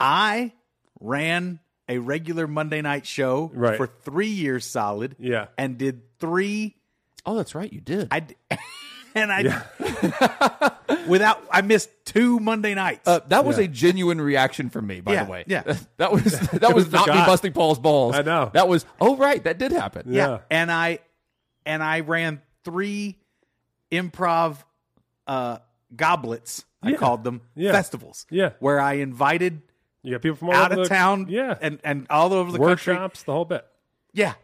i ran a regular monday night show
Right.
for three years solid
Yeah.
and did three
Oh, that's right. You did.
I d- and I without I missed two Monday nights.
Uh, that was a genuine reaction from me, by
Yeah,
the way.
yeah.
that was that was not me
forgot.
busting Paul's balls.
I know.
That was oh right, that did happen.
yeah.
yeah.
and I and I ran three improv uh, goblets. I
Yeah.
called them
Yeah.
festivals.
Yeah.
where I invited
You got people from all
out
over
of
the,
town,
Yeah.
and and all over the country.
workshops, the whole bit.
Yeah,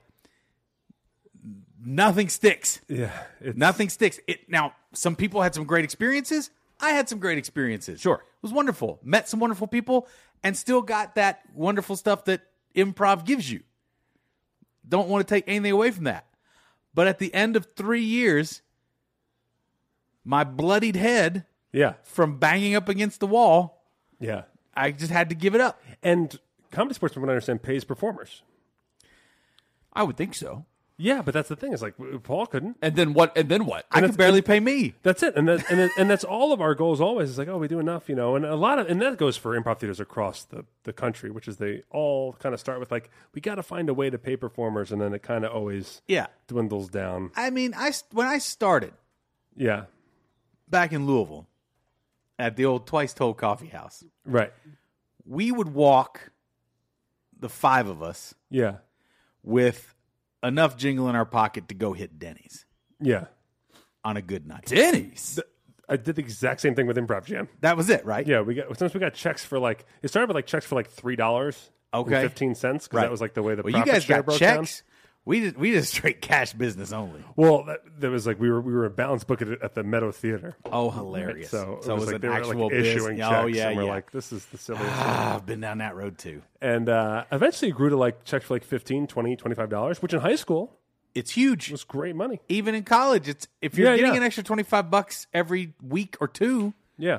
nothing sticks.
Yeah. It's,
Nothing sticks. It now some people had some great experiences. I had some great experiences. Sure. It was wonderful. Met some wonderful people and still got that wonderful stuff that improv gives you. Don't want to take anything away from that. But at the end of 3 years my bloodied head
yeah.
from banging up against the wall,
Yeah.
I just had to give it up.
And comedy sports, from what I understand, pays performers.
I would think so.
Yeah, but that's the thing. It's like w- Paul couldn't.
And then what? And then what?
I could
it's-
barely pay me.
That's it, and that, and that, and that's all of our goals. Always, it's like, oh, we do enough, you know. And a lot of, and that goes for improv theaters across the the country, which is they all kind of start with like, we got to find a way to pay performers, and then it kind of always
Yeah.
dwindles down.
I mean, I s- when I started
Yeah,
back in Louisville at the old Twice Told Coffee House,
right.
we would walk the five of us
Yeah,
with enough jingle in our pocket to go hit Denny's
yeah.
on a good night.
Denny's.
I did the exact same thing with Improv Jam.
That was it, right?
Yeah, we got since we got checks for like it started with like checks for like three dollars,
Okay.
fifteen cents because
right.
that was like the way the
well, you
profit
guys
share
got
broke down.
checks. We just we just straight cash business only.
Well, that, that was like we were we were a balance book at, at the Meadow Theater.
Oh, hilarious!
So it
so it
was,
was
like
an
they
actual
were like
business.
issuing checks,
Oh yeah,
and we're
yeah.
like, this is the silliest.
Ah, I've been down that road too.
and uh, eventually it grew to like checks for like 15 20 25 dollars which in high school
It's huge.
was great money
Even in college, it's if you're
Yeah,
getting
yeah.
an extra twenty five bucks every week or two,
yeah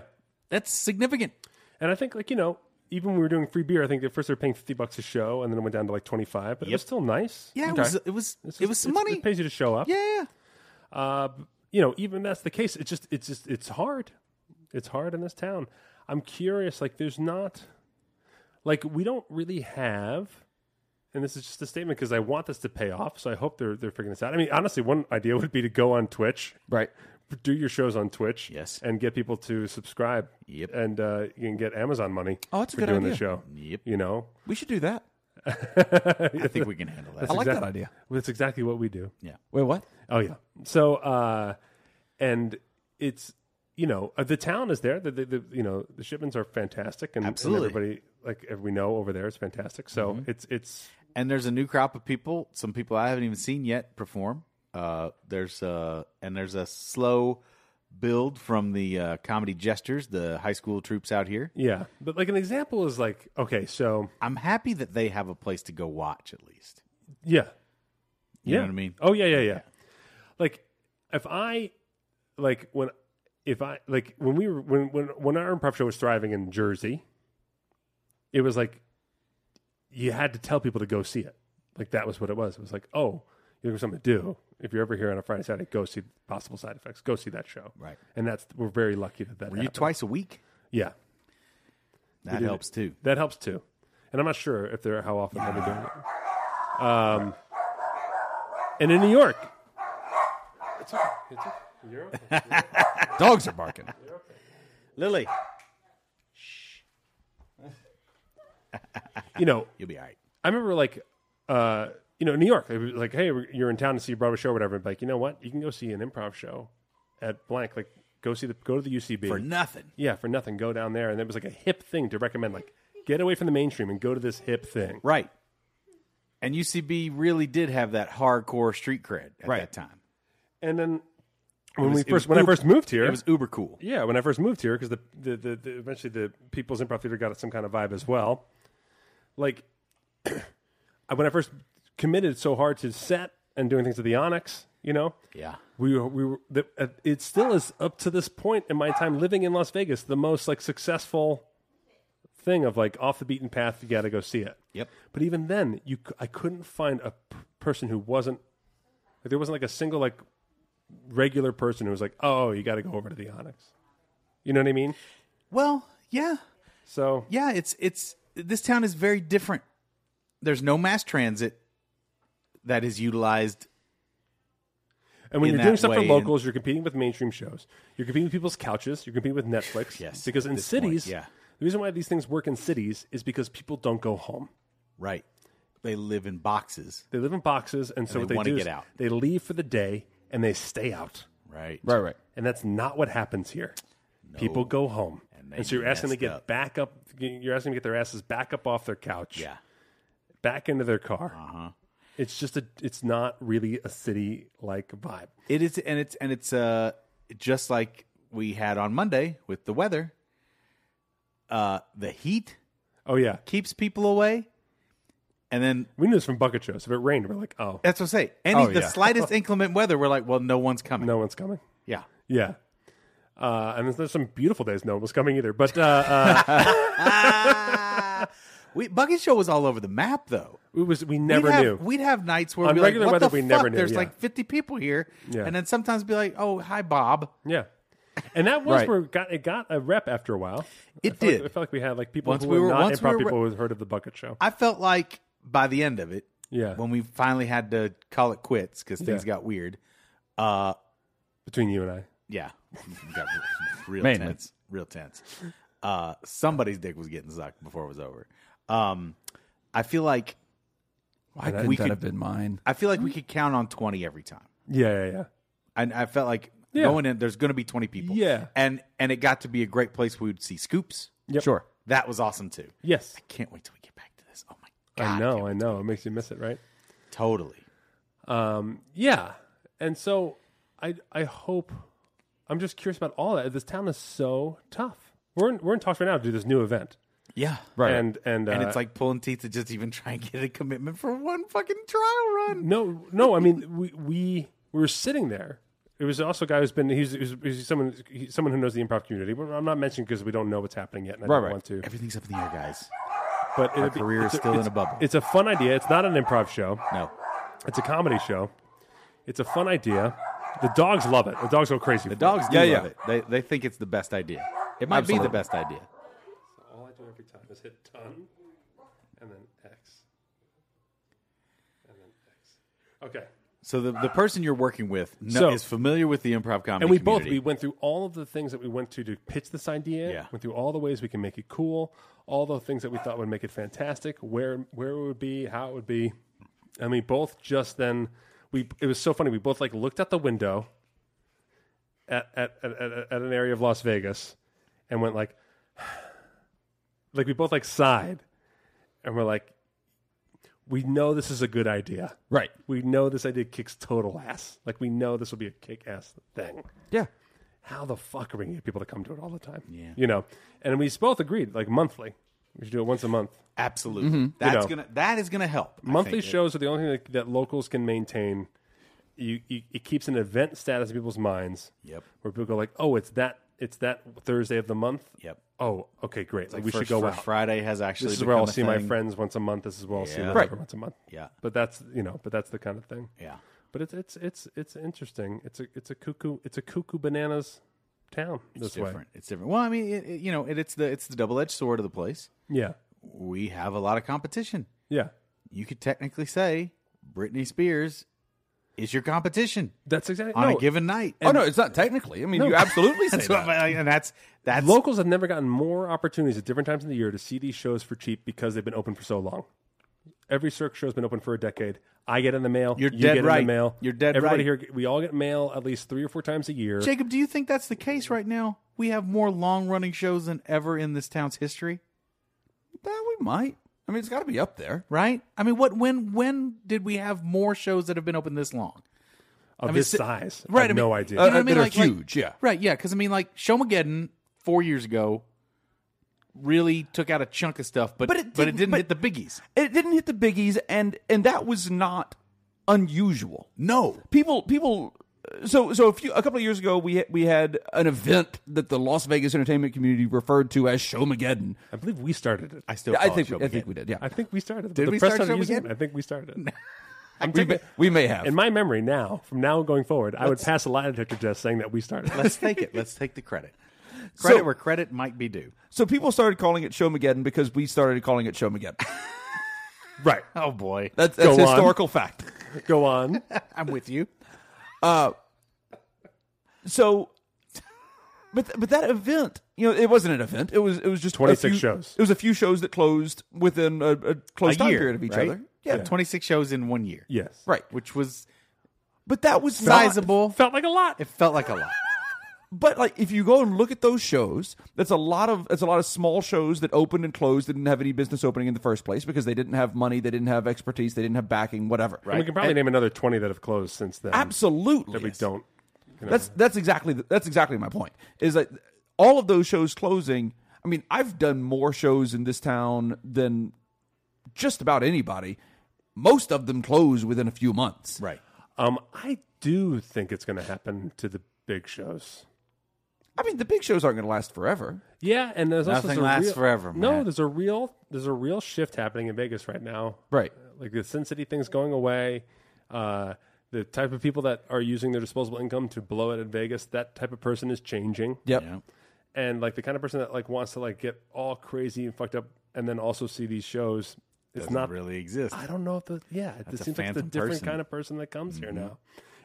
that's significant.
and i think like you know even when we were doing free beer i think at first they were paying 50 bucks a show and then it went down to like 25 but it was still nice
Yeah, it was it was
It's
it
just-
was some
it's-
money.
it pays you to show up
yeah,
uh, you know even that's the case it's just it's just it's hard it's hard in this town i'm curious like there's not like we don't really have and this is just a statement because i want this to pay off so i hope they're they're figuring this out i mean honestly one idea would be to go on twitch
Right.
do your shows on Twitch,
Yes.
and get people to subscribe.
Yep.
and uh, you can get Amazon money.
Oh, that's a
for
good
doing
idea.
the show.
Yep.
you know,
We should do that.
I think we can handle that.
I like
Exact-
that idea.
Well, That's exactly what we do.
Wait, what?
Oh yeah. So, uh, and it's you know uh, the town is there. The, the, the you know the shipments are fantastic, and, and
Absolutely.
everybody like every we know over there is fantastic. So it's it's
and there's a new crop of people some people i haven't even seen yet perform uh, there's uh and there's a slow build from the uh, comedy jesters the high school troops out here
yeah. But like an example is like okay, so
i'm happy that they have a place to go watch at least
yeah,
you
yeah.
know what i mean
Oh yeah, yeah, yeah. Like if I like when if I like when we were when when when our improv show was thriving in Jersey, it was like you had to tell people to go see it. Like that was what it was. It was like, oh, you have something to do. If you're ever here on a Friday Saturday, go see possible side effects. Go see that show.
Right.
And that's we're very lucky that that
were you
happened.
twice a week
Yeah,
that
did
helps
it.
too
that helps too. And I'm not sure if they're how often they've been doing it. Um, and in New York, it's okay. It's okay. You're okay.
Dogs are barking.
lily
you know,
you'll be all right
I remember like, uh, you know, New York, it was like, hey, we're- you're in town to see a Broadway show or whatever. And like, you know what? You can go see an improv show at blank. Like, go see the go to the UCB
for nothing
Yeah, for nothing. Go down there, and it was like a hip thing to recommend. Like, get away from the mainstream and go to this hip thing.
right and ucb really did have that hardcore street cred at that time
And then when
was-
we
it was
first when I
uber-
first moved here,
it was uber cool
Yeah, when I first moved here, because the, the, the, the eventually the People's Improv Theater got some kind of vibe as well. Like I- when I first committed so hard to set and doing things at the Onyx, You know,
Yeah.
we were- we were, the, uh, it still is up to this point in my time living in Las Vegas the most like successful thing of like off the beaten path. You got to go see it.
Yep.
But even then, you c- I couldn't find a p- person who wasn't like there wasn't like a single like regular person who was like, oh, you got to go over to the Onyx. You know what I mean?
Well, yeah,
So
yeah. It's it's this town is very different. There's no mass transit that is utilized.
And when
in
you're doing
that
stuff for
way, and-
locals, you're competing with mainstream shows. You're competing with people's couches. You're competing with Netflix.
Yes,
Because
at
in
this point,
cities,
yeah.
the reason why these things work in cities is because people don't go home.
Right. They live in boxes.
They live in boxes, and so
And they
what
wanna
they do
get
is
out.
they leave for the day and they stay out.
Right.
Right, right.
And that's not what happens here. People go home,
And
and,
they
so you're asking them to
messed
get
up.
back up. You're asking them to get their asses back up off their couch,
Yeah.
back into their car. Uh-huh. It's just a. It's not really a city like vibe.
It is, and it's and it's uh just like we had on Monday with the weather. Uh, the heat
Oh yeah,
keeps people away, and then
we knew this from bucket shows. If it rained, we're like, oh,
that's what I say. Any
Oh,
the
yeah.
slightest inclement weather, we're like, well, no one's coming.
no one's coming.
Yeah,
Yeah. Uh, and there's- there's some beautiful days no one was coming either. But uh, uh,
we bucket show was all over the map though.
it was we
We'd
never
have,
knew.
We'd have nights where
On
we'd be like,
regular
what
weather,
the
we
fuck?
never knew,
There's
yeah.
like 50 people here,
Yeah.
and then sometimes be like, oh, hi, Bob.
yeah. And that was
Right.
where it got, it got a rep after a while.
It
I felt
did.
Like, I felt like we had like people
Once
who
we
were,
were-
not
once we
improv
were-
people who had heard of the bucket show.
I felt like by the end of it,
Yeah.
when we finally had to call it quits because things
Yeah.
got weird. Uh,
between you and I.
yeah, got real
Mainly.
tense, real tense. Uh, somebody's dick was getting sucked before it was over. Um, I feel like
Why
we could-
been mine?
I feel like we could count on twenty every time,
Yeah, yeah, yeah.
and I felt like
Yeah.
going in. There's going to be twenty people.
Yeah.
and and it got to be a great place. We would see scoops.
Yep.
Sure.
That was awesome too.
Yes.
Can't wait till we get back to this. Oh my god!
I know, I know. It makes you miss it, right?
Totally.
Um, yeah. And so I I hope I'm just curious about all that. This town is so tough. We're in, we're in talks right now to do this new event.
Yeah.
Right.
And and uh,
And it's like pulling teeth to just even try and get a commitment for one fucking trial run.
No, no. I mean, we we we were sitting there. It was also a guy who's been he's, he's, he's someone he's someone who knows the improv community. But I'm not mentioning because we don't know what's happening yet, and I
Right,
don't
right.
want to.
Everything's up in the air, guys.
But
Our
it'd be-
career is
it's
still in
it's-
a bubble.
It's a fun idea. It's not an improv show.
No.
It's a comedy show. It's a fun idea. The dogs love it. The dogs go crazy.
The dogs do
Yeah,
love
yeah.
it. They, they think it's the best idea. It might be the best idea.
All I do every time is hit ton, and then X, and then X. Okay.
So the, the person you're working with no,
So-
is familiar with the improv comedy.
and we both we
community.
went through all of the things that we went to to pitch this idea
Yeah.
went through all the ways we can make it cool all the things that we thought would make it fantastic where where it would be how it would be and we both just then we it was so funny we both like looked out the window at at at, at, at an area of las vegas and went like like we both like sighed and we're like we know this is a good idea
Right.
we know this idea kicks total ass like we know this will be a kick-ass thing
Yeah.
how the fuck are we gonna get people to come to it all the time? Yeah. You know? And we both agreed, like monthly. We should do it once a month.
absolutely. That's
Mm-hmm. You know.
gonna that is gonna help. I
Monthly
think.
shows are the only thing that, that locals can maintain. You, you, it keeps an event status in people's minds.
Yep.
Where people go like, oh, it's that, it's that Thursday of the month.
Yep.
Oh, okay, great.
Like
we
first,
should go
First
out.
Friday has actually.
this is where
become
I'll
a
see my
thing.
friends once a month. This is where I'll see
Yeah.
my
Right.
friend once a month.
Yeah.
But that's you know, but that's the kind of thing.
Yeah.
But it's it's it's it's interesting. It's a it's a cuckoo it's a cuckoo bananas town this
It's
way.
different. It's different. Well, I mean, it, it- you know, it, it's the it's the double edged sword of the place.
Yeah.
We have a lot of competition.
Yeah.
You could technically say Britney Spears is your competition
That's exactly
on
no,
a given night.
oh no, it's not technically. I mean, you absolutely say
that's what
that.
my- and that's that's
Locals have never gotten more opportunities at different times in the year to see these shows for cheap because they've been open for so long. Every Cirque show's been open for a decade. I get in the mail.
You're
you
dead
get
right.
in the mail.
You're dead
Everybody
right.
here, we all get mail at least three or four times a year.
Jacob, do you think that's the case right now? We have more long running shows than ever in this town's history,
Yeah, we might. I mean, it's got to be up there.
right? I mean, what when when did we have more shows that have been open this long?
of
I mean,
this
si-
size.
Right,
I have
I mean,
no idea.
uh, You know what I
Uh,
mean?
They're
Like- like-
huge. yeah.
Right, yeah, because I mean, like Showmageddon four years ago really took out a chunk of stuff, but
But
but
it
it
didn't-
didn't,
but-
hit the biggies.
It didn't hit the biggies, and and that was not unusual.
No.
people people so so a few a couple of years ago we had, we had an event that the Las Vegas entertainment community referred to as Showmageddon.
I believe we started it.
I still.
I
call it
think we, I
Oh, Showmageddon.
think we did. Yeah,
I think we started it.
Did
the
we
press
start
started
Show
using
Again?
it. I think we started it.
I'm
we,
taking-
may, we may have.
In my memory now, from now going forward, I would pass a lie detector test saying that we started. it.
Let's take it. Let's take the credit. Credit where credit might be due.
so people started calling it Showmageddon because we started calling it Showmageddon.
right.
Oh boy,
That's, that's
Go on.
historical fact.
Go on.
I'm with you.
So, but th- but that event, you know, it wasn't an event. It was it was just a
26
few-
shows.
It was a few shows that closed within a, a close time period of each
right?
other. Yeah,
Had 26 shows in one year.
Yes.
right.
which was
But that was not-
sizable.
Felt like a lot.
It felt like a lot.
But like, if you go and look at those shows, that's a lot of that's a lot of small shows that opened and closed that didn't have any business opening in the first place because they didn't have money, they didn't have expertise, they didn't have backing, whatever.
And we can probably name another 20 that have closed since then.
Absolutely,
That we don't. you know.
That's that's exactly the, that's exactly my point. Is that all of those shows closing? I mean, I've done more shows in this town than just about anybody. Most of them close within a few months.
Right.
Um, I do think it's going to happen to the big shows.
I mean, the big shows aren't going to last forever.
Yeah, and there's also
Nothing
there's a
lasts
real-
forever,
No,
Matt.
there's a real there's a real shift happening in Vegas right now.
Right.
Like the Sin City thing's going away. Uh, the type of people that are using their disposable income to blow it in Vegas, that type of person is changing.
Yep.
Yeah.
And like the kind of person that like wants to like get all crazy and fucked up, and then also see these shows. It's
Doesn't
not
really exist.
I don't know if the yeah, it
a
just seems like it's a
phantom
different
person. Mm-hmm.
kind of person that comes here now.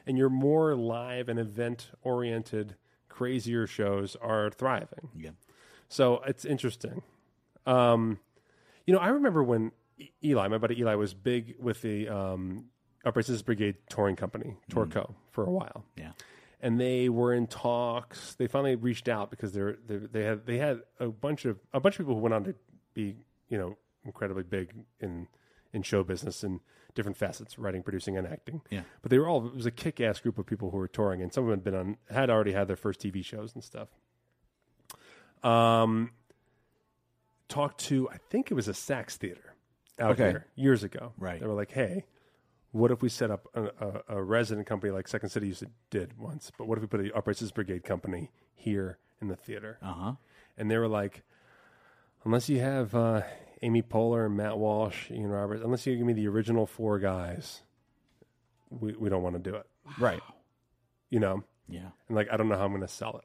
And your more live and event oriented, crazier shows are thriving.
Yeah.
So it's interesting. Um, you know, I remember when E- Eli, my buddy Eli, was big with the um, Upright Citizens Brigade touring company,
Mm-hmm.
Torco, for a while.
Yeah.
And they were in talks. They finally reached out because they're, they they had they had a bunch of a bunch of people who went on to be you know incredibly big in in show business and different facets, writing, producing, and acting.
Yeah.
But they were all it was a kick ass group of people who were touring, and some of them had been on had already had their first TV shows and stuff um, talked to I think it was a Sax Theater out
Okay.
here years ago.
Right.
They were like, "Hey, what if we set up a, a, a resident company like Second City used to did once? But what if we put a Upright Citizens Brigade company here in the theater?"
Uh huh.
And they were like, "Unless you have uh, Amy Poehler and Matt Walsh, Ian Roberts, unless you give me the original four guys, we we don't want to do it."
Right.
You know.
Yeah.
and like I don't know how I'm going to sell it.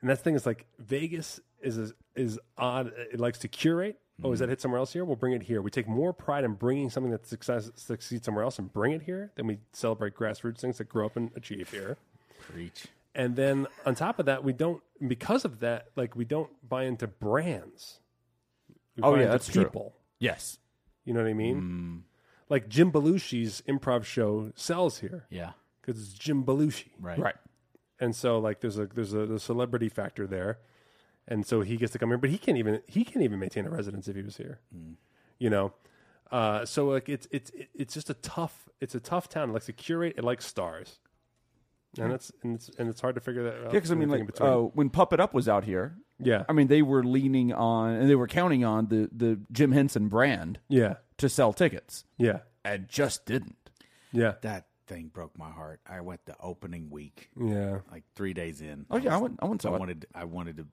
And that's the thing is like Vegas is is odd. It likes to curate. Oh,
Mm-hmm.
is that hit somewhere else here? We'll bring it here. We take more pride in bringing something that success, succeeds somewhere else and bring it here than we celebrate grassroots things that grow up and achieve here.
Preach.
And then on top of that, we don't because of that, like we don't buy into brands. We
Oh,
buy
yeah,
into
that's true. Mm.
people.
Yes.
You know what I mean? Like Jim Belushi's improv show sells here
Yeah.
because it's Jim Belushi
Right.
Right.
and so like there's a there's a the celebrity factor there, and so he gets to come here, but he can't even he can't even maintain a residence if he was here,
Mm.
you know. Uh, so like it's it's it's just a tough it's a tough town. It likes to curate. It likes stars, and it's and it's and it's hard to figure that out.
Mm. Yeah, because I mean,
anything in
like
between.
uh, when Pup It Up was out here,
yeah,
I mean, they were leaning on and they were counting on the the Jim Henson brand
yeah,
to sell tickets,
yeah,
and just didn't.
yeah,
That thing broke my heart. I went the opening week,
yeah.
like three days in.
Oh yeah, I wouldn't. I wouldn't
I
sell it.
wanted. I wanted to.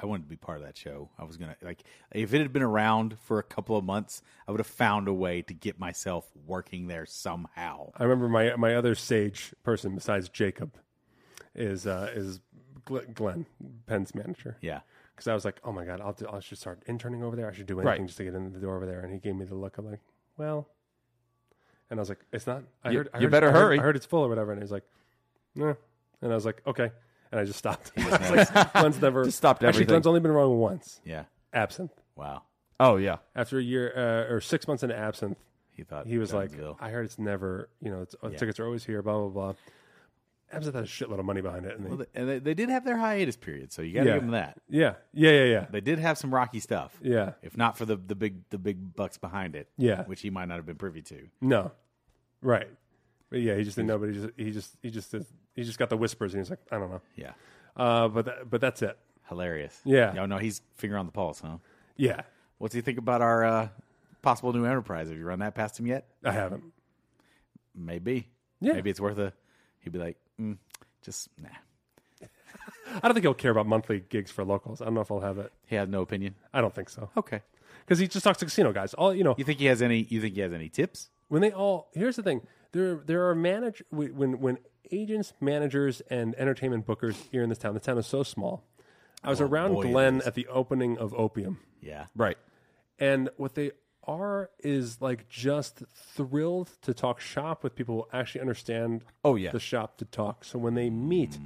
I wanted to be part of that show. I was gonna like if it had been around for a couple of months, I would have found a way to get myself working there somehow.
I remember my my other sage person besides Jacob is uh, is Gl- Glenn Penn's manager.
Yeah.
because I was like, oh my god, I'll do, I should start interning over there. I should do anything
Right.
just to get in the door over there. And he gave me the look of like, well, and I was like, it's not. I
You-
heard. I
you
heard-
better
I heard-
hurry.
I heard it's full or whatever. And he's like, nah. And I was like, okay. And I just stopped. I was like, Glenn's never
Just stopped
Actually,
everything.
Glenn's only been wrong once.
Yeah.
Absinthe.
Wow.
Oh yeah,
After a year uh, or six months into absinthe,
He thought
he was like,
Duncanville.
I heard it's never. You know, it's, uh, tickets are always here. Blah blah blah. Absinthe had a shitload of money behind it. And they,
Well, they- and they, they did have their hiatus period, so you got to
Yeah.
give them that.
yeah, yeah, yeah, yeah,
They did have some rocky stuff.
yeah.
If not for the, the big the big bucks behind it,
Yeah.
which he might not have been privy to.
No, right. But yeah, he just didn't know. But he just he just he just he just got the whispers, and he's like, I don't know.
Yeah,
Uh, but that, but that's it.
hilarious.
Yeah.
y'all know he's finger on the pulse, huh?
Yeah,
What's he think about our uh, possible new enterprise? Have you run that past him yet?
I haven't.
Maybe.
Yeah.
Maybe it's worth a. He'd be like, mm, just nah.
I don't think he'll care about monthly gigs for locals. I don't know if I'll have it.
He has no opinion.
I don't think so.
Okay.
Because he just talks to casino guys. All you know,
You think he has any? You think he has any tips?
when they all here's the thing there there are manage when when agents managers and entertainment bookers here in this town the town is so small i was around
Oh, boy, it
glenn at the opening of opium
Yeah.
Right.
and what they are is like just thrilled to talk shop with people who actually understand
Oh, yeah. Mm.
the shop to talk so when they meet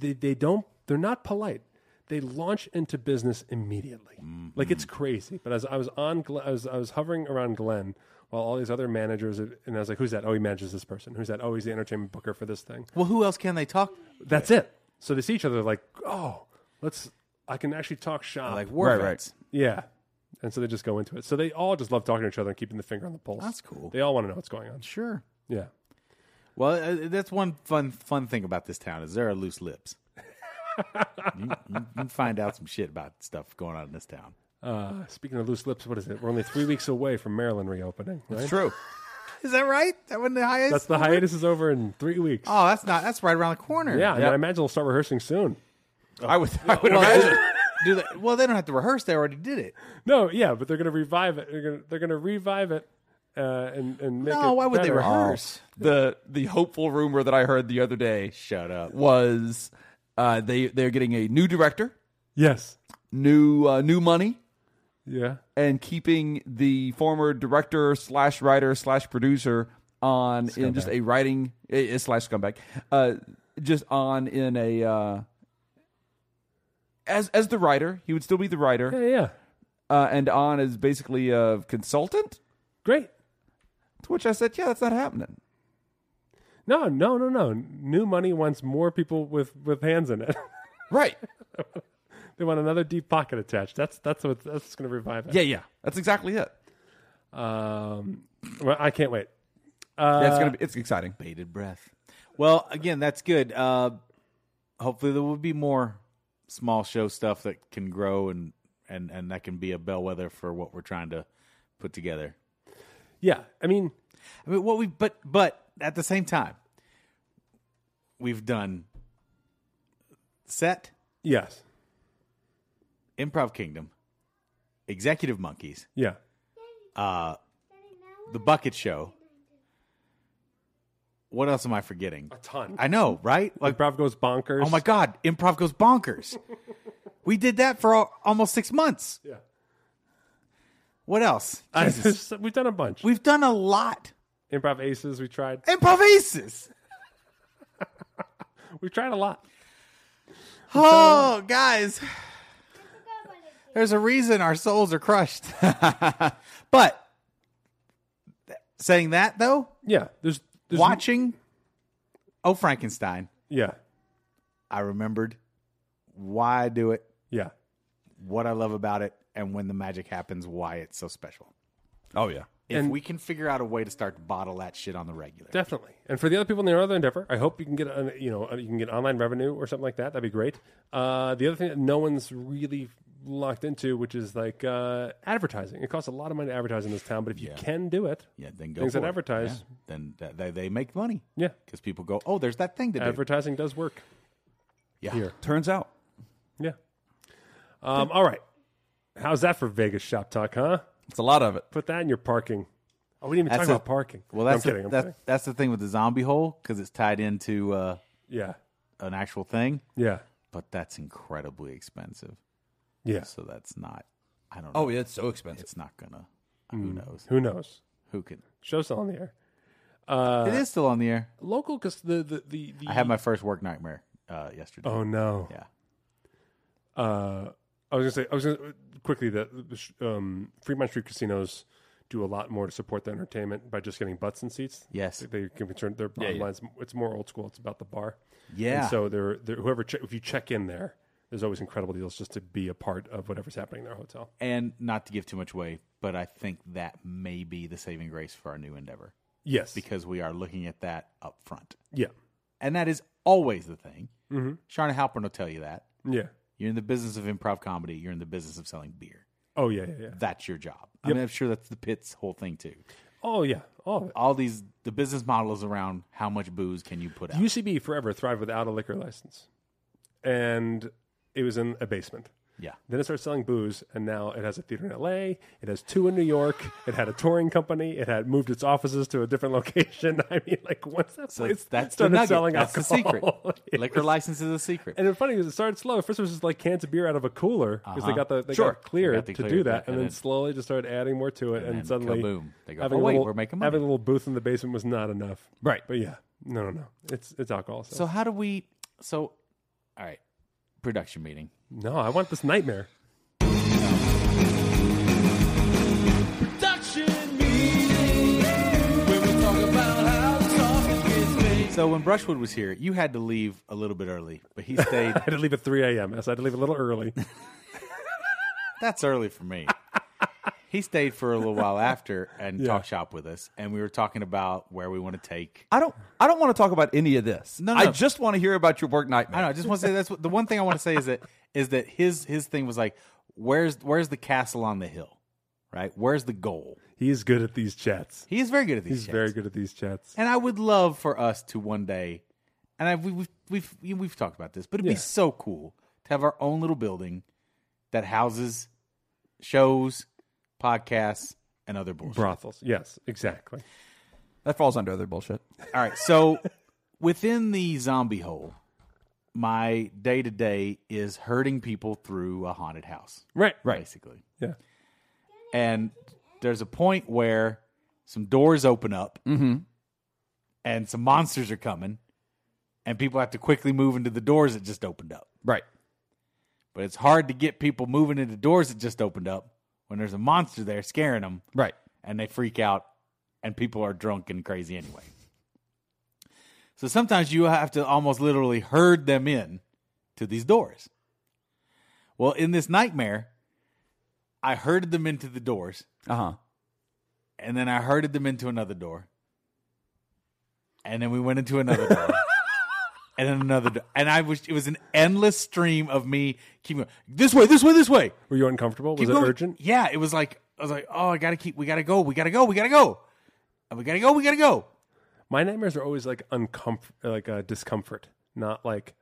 they, they don't they're not polite they launch into business immediately
Mm-hmm.
like it's crazy but as i was on Gl- I was, I was hovering around glenn while all these other managers and i was like who's that oh he manages this person who's that oh he's the entertainment booker for this thing
Well, who else can they talk?
that's it so they see each other like oh let's i can actually talk shop
Like war
Right,
vets.
yeah. And so they just go into it. So they all just love talking to each other and keeping the finger on the pulse.
That's cool.
They all want to know what's going on.
Sure.
Yeah.
Well, uh, that's one fun fun thing about this town is there are loose lips. you, you can find out some shit about stuff going on in this town.
Uh, speaking of loose lips, what is it? We're only three weeks away from Maryland reopening, right? That's,
True.
Is that right? That wasn't the highest.
the hiatus is over in three weeks.
oh, that's not. That's right around the corner.
yeah, and I imagine they'll start rehearsing soon.
I would. I would
Well,
imagine.
they- do they, well, they don't have to rehearse. They already did it.
No, yeah, but they're going to revive it. They're going to they're going to revive it uh, and and make
No,
it
why would they
better.
rehearse?
the the hopeful rumor that I heard the other day
Shut up.
was uh, they they're getting a new director,
Yes.
new uh, new money,
Yeah.
and keeping the former director slash writer slash producer on in just a writing eh, eh, slash comeback, uh, just on in a uh, as as the writer. He would still be the
Yeah,
writer,
yeah.
uh, and on as basically a consultant.
Great.
To which I said, "Yeah, that's not happening."
No, no, no, no. New money wants more people with with hands in it.
Right?
they want another deep pocket attached. That's that's what that's going to revive it.
Yeah, yeah. That's exactly it.
Um, well, I can't wait. Uh,
That's gonna be. It's exciting.
Bated breath. Well, again, that's good. Uh, hopefully, there will be more small show stuff that can grow and and and that can be a bellwether for what we're trying to put together.
Yeah, I mean,
I mean, what we but but at the same time, we've done set
yes,
improv kingdom, executive monkeys,
yeah,
uh, the bucket show. What else am I forgetting?
ton.
I know, right? Like,
Improv goes bonkers.
oh my god, improv goes bonkers. we did that for al- almost six months.
Yeah.
What else?
I-
Jesus.
we've done a bunch.
We've done a lot.
Improv aces. We tried.
Improv aces.
We tried a lot.
Oh, guys. There's a reason our souls are crushed. but th- saying that though,
Yeah, there's, there's
watching Oh Frankenstein,
Yeah,
I remembered why I do it,
yeah.
what I love about it, and when the magic happens, why it's so special.
Oh yeah.
If
And-
we can figure out a way to start to bottle that shit on the regular.
Definitely. And for the other people in their other endeavor, I hope you can get an, you know uh, you can get online revenue or something like that. That'd be great. Uh, the other thing that no one's really locked into, which is like uh, advertising. It costs a lot of money to advertise in this town, but if you can do it,
yeah, then go
Things
for
that
it.
advertise.
Yeah. Then th- they, they make money.
Yeah.
Because people go, Oh, there's that thing to do.
advertising does work.
Yeah.
Turns out.
Yeah. Um, all right. How's that for Vegas shop talk, huh?
It's a lot of it.
Put that in your parking. Oh, we didn't even
That's
talk
a-
about parking.
Well,
No,
that's
I'm
the,
kidding. I'm
that-
kidding.
that's the thing with the zombie hole because it's tied into uh,
Yeah.
an actual thing,
Yeah.
but that's incredibly expensive.
Yeah.
So that's not. I don't. know.
Oh, yeah, it's so expensive.
it's not gonna.
Hmm.
Who knows?
Who knows?
Who can?
Show's still on the air. Uh,
it is still on the air.
Local, because the, the, the, the.
I had my first work nightmare uh, yesterday.
Oh, no.
Yeah.
Uh, I was going to say, I was going to quickly, the, the sh- um, Fremont Street casinos do a lot more to support the entertainment by just getting butts and seats.
Yes.
They, they can turn their bottom lines. It's more old school. It's about the bar.
Yeah.
And so they're, they're, whoever, che- if you check in there, there's always incredible deals just to be a part of whatever's happening in their hotel.
And not to give too much away, but I think that may be the saving grace for our new endeavor
Yes.
because we are looking at that up front,
yeah.
and that is always the thing. Mm-hmm. Sharna Halpern will tell you that
Yeah.
you're in the business of improv comedy. You're in the business of selling beer.
Oh yeah, yeah, yeah.
That's your job. I mean, I'm sure that's the pit's whole thing too.
Oh yeah, all of it.
All these the business model is around how much booze can you put out?
UCB forever thrived without a liquor license, and it was in a basement.
yeah.
Then it started selling booze, and now it has a theater in L.A. It has two in New York. It had a touring company. It had moved its offices to a different location. I mean, like once that
So
place
that's the
started
nugget.
selling
that's the secret.
alcohol, it
Liquor license is a secret.
And it's funny because it started slow. At first, it was just like cans of beer out of a cooler because they got the
Uh-huh.
they
Sure.
got cleared
They got the
to do
cleared,
that,
and
and, then
then-
slowly just started adding more to it, and,
then
suddenly,
kaboom. They go,
having
"Oh,
a
wait,
little-
we're making money."
Having a little booth in the basement was not enough,
Right.
But yeah, no, no, no, it's it's alcohol. So,
so how do we? So, all right, production meeting.
no, I want this nightmare.
So when Brushwood was here, you had to leave a little bit early, but he stayed.
I had to leave at three a.m. I said I had to leave a little early.
That's early for me. He stayed for a little while after and talked shop with us, and we were talking about where we want to take.
I don't. I don't want to talk about any of this.
No,
I
no.
just want to hear about your work nightmare.
I know. I just want to say that's what, the one thing I want to say is that is that his his thing was like, where's where's the castle on the hill, right? Where's the goal?
He is good at these chats.
He is very good at these.
He's
chats.
very good at these chats.
And I would love for us to one day, and I, we, we've we've you know, we've talked about this, but it'd
Yeah.
be so cool to have our own little building that houses shows, podcasts, and other bullshit.
Brothels, yes, exactly.
That falls under other bullshit.
All right, so within the zombie hole, my day to day is herding people through a haunted house,
Right,
basically.
Yeah,
and there's a point where some doors open up and some monsters are coming and people have to quickly move into the doors that just opened up
Right.
but it's hard to get people moving into doors that just opened up when there's a monster there scaring them
Right.
and they freak out and people are drunk and crazy anyway so sometimes you have to almost literally herd them in to these doors well in this nightmare i herded them into the doors
Uh huh.
and then I herded them into another door. And then we went into another door. and then another door. And I was it was an endless stream of me keeping going, this way, this way, this way.
were you uncomfortable? Was
Keep
it
going.
urgent?
Yeah, it was like I was like, "Oh, I got to keep we got to go. We got to go. We got to go." And we got to go. We got to go.
my nightmares are always like uncomfort, like uh, discomfort, not like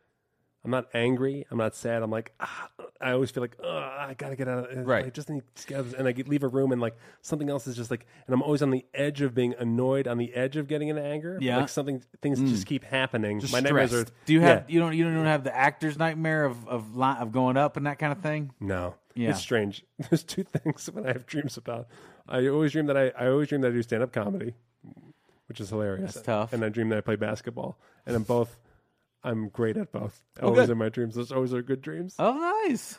I'm not angry, I'm not sad. I'm like ah, I always feel like ah, I gotta get out of
Right.
I just need to get out of this." and I get, leave a room and like something else is just like, and I'm always on the edge of being annoyed, on the edge of getting into anger.
Yeah. Mm.
like something things just keep happening. my nightmares are.
stressed.
Do you have
Yeah.
you don't you don't have the actor's nightmare of of li- of going up and that kind of thing?
No.
Yeah.
It's strange. There's two things when I have dreams about. I always dream that I, I always dream that I do stand up comedy, which is hilarious.
That's tough.
And I dream that I play basketball. And I'm both I'm great at both. always
good.
in my dreams. Those always are good dreams.
Oh, nice.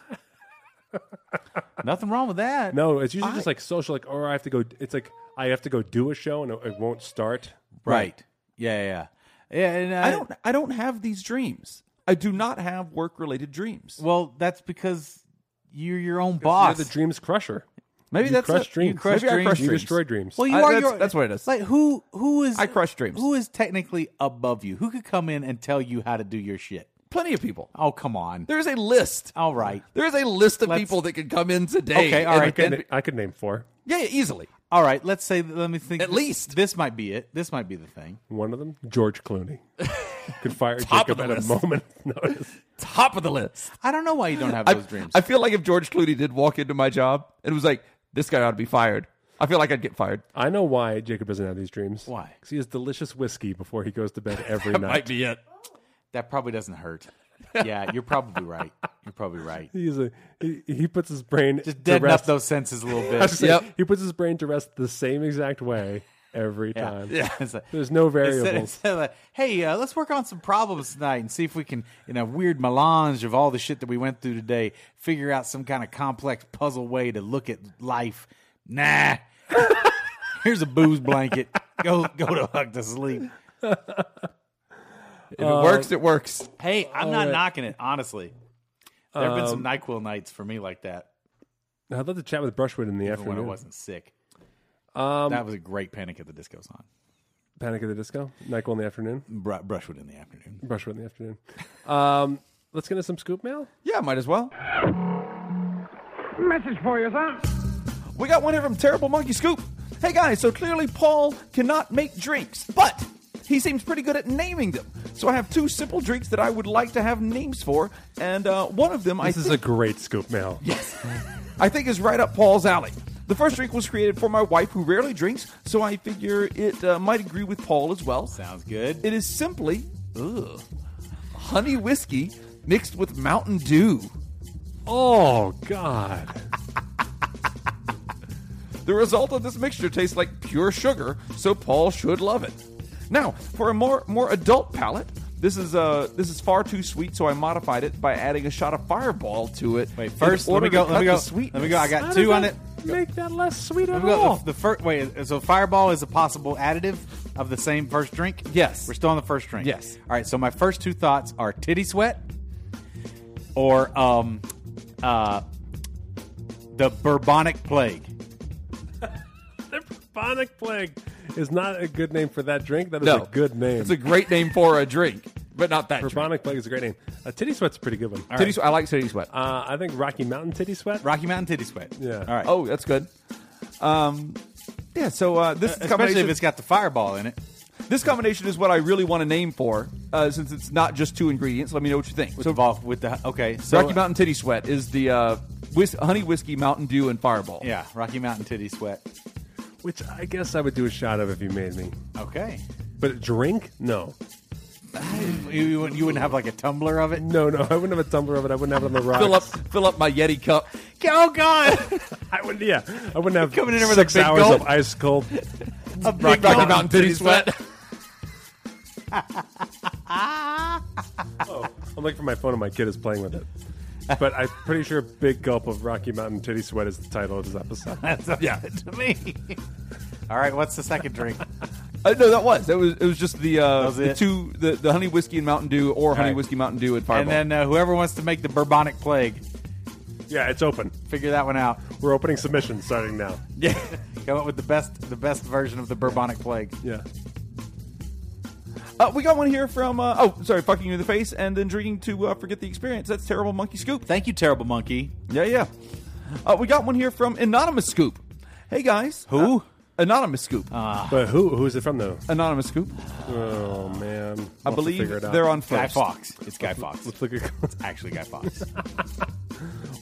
Nothing wrong with that.
no, it's usually just like social, like or I have to go it's like I have to go do a show and it, it won't start.
Right. Yeah, yeah. Yeah, Yeah, and uh,
I don't. I don't have these dreams. I do not have work related dreams.
Well, that's because you're your own boss.
You're the dreams crusher.
Maybe
you
that's
crush
it.
dreams.
You crush
Maybe I
dreams.
You destroy dreams.
well, you
I-
are.
that's-
your,
that's what it is.
Like who? Who is?
I crush dreams.
Who is technically above you? Who could come in and tell you how to do your shit?
Plenty of people.
Oh, come on.
There is a list.
All right.
There is a list of
Let's-
people that could come in today.
Okay, all
and-
right.
I could,
then-
I could name four.
Yeah, easily.
All right. Let's say. Let me think.
At least.
this might be it. This might be the thing.
One of them, George Clooney. could fire
Top
Jacob
of the
at a
list.
moment's notice.
Top of the list.
I don't know why you don't have
I,
those dreams.
I feel like if George Clooney did walk into my job and was like, "This guy ought to be fired," I feel like I'd get fired.
I know why Jacob doesn't have these dreams.
Why?
Because he has delicious whiskey before he goes to bed every
That
night.
might be it.
that probably doesn't hurt. Yeah, you're probably right. You're probably right.
He's a, he, he puts his brain
Just
to
deaden up
rest.
those senses a little
I was
bit.
gonna say,
Yep.
He puts his brain to rest the same exact way every time.
It's like-
There's no
Instead-
variables.
instead of like, hey, uh, let's work on some problems tonight and see if we can, in a weird melange of all the shit that we went through today, figure out some kind of complex puzzle way to look at life. Nah. Here's a booze blanket. Go go to fuck to sleep.
If
Uh,
it works, it works.
Hey, I'm not knocking it, honestly. There have
Um,
been some NyQuil nights for me like that
I'd love to chat with Brushwood in the
when I
afternoon.
wasn't sick.
Um,
that was a great Panic at the Disco song.
Panic at the Disco, Nyquil in the afternoon,
Mm.
Br- Brushwood in the afternoon.
Brushwood in the afternoon. Um, let's get into some scoop mail.
Yeah, might as well.
Message for you, son.
We got one here from Terrible Monkey Scoop. Hey guys, so clearly Paul cannot make drinks, but he seems pretty good at naming them. So I have two simple drinks that I would like to have names for, and uh, one of them I
This is a great scoop mail.
I think is right up Paul's alley. The first drink was created for my wife, who rarely drinks, so I figure it uh, might agree with Paul as well.
Sounds good.
It is simply ugh, honey whiskey mixed with Mountain Dew.
Oh God.
The result of this mixture tastes like pure sugar, so Paul should love it. Now, for a more more adult palate, this is uh this is far too sweet, so I modified it by adding a shot of Fireball to it.
Wait, first
in
let
order
me go.
to
Let me
cut
go.
the sweetness.
Let me go. I
How
got
does
two on
that
it.
Make that less sweet
Let
at
me go.
all.
The, the first wait. So Fireball is a possible additive of the same first drink.
Yes.
We're still on the first drink.
Yes.
All right. So my first two thoughts are titty sweat, or um, uh, the bubonic plague.
The bubonic plague is not a good name for that drink. That is
No.
a good name.
It's a great name for a drink, but not that. Drink.
bubonic plague is a great name. A titty sweat's a pretty good one.
Titty sweat. I like titty sweat.
Uh, I think Rocky Mountain titty sweat.
Rocky Mountain titty sweat.
Yeah.
All right.
Oh, that's good. Um, yeah. So uh,
E,
this
Especially
combination,
if it's got the Fireball in it.
this combination is what I really want to name for, uh, since it's not just two ingredients. Let me know what you think.
With
so
the vol- with the okay. So
Rocky Mountain Titty Sweat is the uh, whis- honey whiskey, Mountain Dew, and Fireball.
Yeah. Rocky Mountain titty sweat.
Which I guess I would do a shot of if you made me.
Okay.
But a drink? No.
You, you wouldn't- you wouldn't have like a tumbler of it.
No, no. I wouldn't have a tumbler of it. I wouldn't have it on the rocks.
Fill up, fill up my Yeti cup.
Oh God.
I wouldn't, yeah. I wouldn't have
Coming in there with a
six
big
hours
gulp.
of ice cold.
a big
Rocky,
gulp.
Mountain Titty Sweat.
I'm looking for my phone and my kid is playing with it. But I'm pretty sure Big Gulp of Rocky Mountain Titty Sweat is the title of this episode.
yeah.
to me. All right, what's the second drink?
Uh, no, that was that was it was just the uh,
was
the
it.
two the, the honey whiskey and Mountain Dew, or honey
right.
whiskey Mountain Dew and
and
Fireball.
then uh, whoever wants to make the bubonic plague,
Yeah, it's open.
figure that one out.
We're opening submissions starting now.
Yeah, come up with the best the best version of the bubonic plague.
Yeah.
uh, we got one here from uh, oh sorry, fucking you in the face, and then drinking to uh, forget the experience. That's terrible, monkey scoop.
Thank you, terrible monkey.
Yeah, yeah. Uh, we got one here from Anonymous Scoop. Hey guys,
Who?
Uh, Anonymous Scoop.
But who who is it from though?
Anonymous Scoop.
Oh man. We'll
I
have to
believe
figure it out.
they're on
Guy
first.
Fox. It's Guy Fox.
Let's look at
It's actually Guy Fox.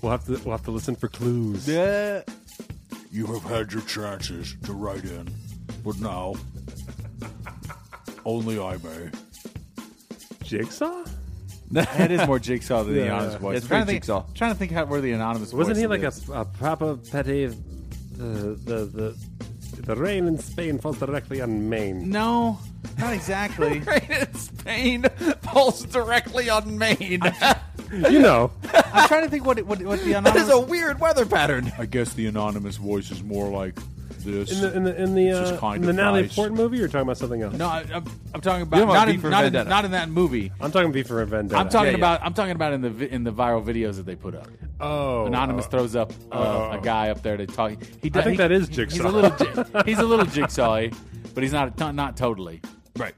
we'll have to we'll have to listen for clues.
yeah.
You have had your chances to write in, but now only I may.
Jigsaw?
That is more jigsaw than the
Yeah.
anonymous voice.
It's
I'm trying to
very
think,
Jigsaw.
Trying to think how where the anonymous
Wasn't
voice
he like a,
is.
a proper petty uh, the the the rain in Spain falls directly on Maine.
No, not exactly.
Right in Spain falls directly on Maine.
You know.
I'm trying to think what it- what, what the
That is
anonymous
a weird weather pattern.
I guess the anonymous voice is more like this.
In the in the in the,
This is
uh,
kind
in the
of
Natalie
nice.
Portman movie, you're talking about something else.
No, I, I'm, I'm talking
You're
about
talking
not
about V
in,
for
not, in,
Vendetta.
not in that movie.
I'm talking V for Vendetta.
I'm talking
yeah.
about I'm talking about in the vi- in the viral videos that they put up.
oh,
Anonymous
uh,
throws up uh, a guy up there to talk. He does,
I think
he-
that is
He's
Jigsaw.
a little ji- he's a little jigsaw, but he's not not, not totally.
right.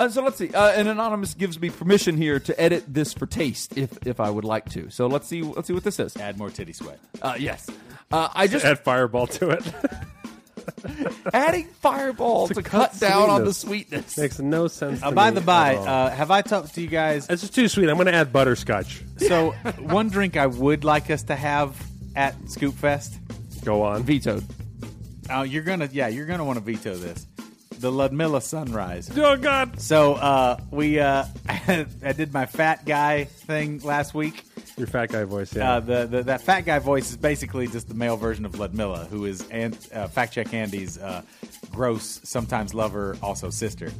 Uh, so let's see. Uh, an anonymous gives me permission here to edit this for taste, if if I would like to. So let's see. Let's see what this is.
Add more titty sweat.
Uh, yes, uh, I just
add fireball to it.
adding Fireball
To
to,
cut
cut, down on the
sweetness.
sweetness.
Makes no sense. to
Uh, by
me
the by,
at all.
uh, have I talked to you guys?
this is too sweet. I'm going to add butterscotch.
So one drink I would like us to have at Scoop Fest.
Go on.
Vetoed.
Uh, you're gonna yeah you're gonna want to veto this. The Ludmilla Sunrise.
Oh God,
So uh, we uh, I did my fat guy thing last week.
your fat guy voice. Yeah.
Uh, the, the that fat guy voice is basically just the male version of Ludmilla, who is and uh, fact check Andy's uh, gross sometimes lover, also sister.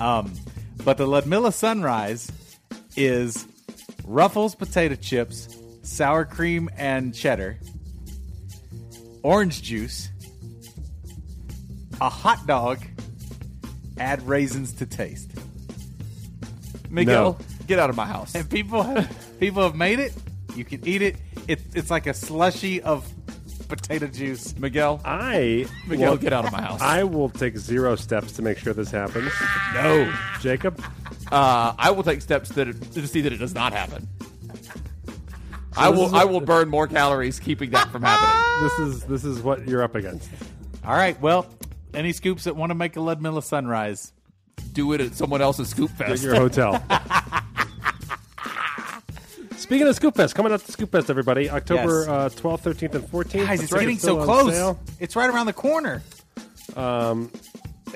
Um, but the Ludmilla sunrise is Ruffles potato chips, sour cream and cheddar, orange juice, a hot dog. Add raisins to taste.
Miguel, get out of my house.
And people have people have made it. You can eat it. It it's like a slushy of potato juice.
Miguel,
I
Miguel,
will,
get out of my house.
I will take zero steps to make sure this happens.
no,
Jacob,
uh, I will take steps that it, to see that it does not happen. I
this
will.
is a-
I will burn more calories keeping that from happening.
this is this is what you're up against.
All right. Well, any scoops that want to make a Ludmilla sunrise?
Do it at someone else's Scoop
at
Fest.
your hotel. Speaking of Scoop Fest, coming up to Scoop Fest, everybody, October
Yes.
uh, 12th, 13th, and 14th.
Guys,
That's
it's
right,
getting
still
so
on
close.
sale.
It's right around the corner.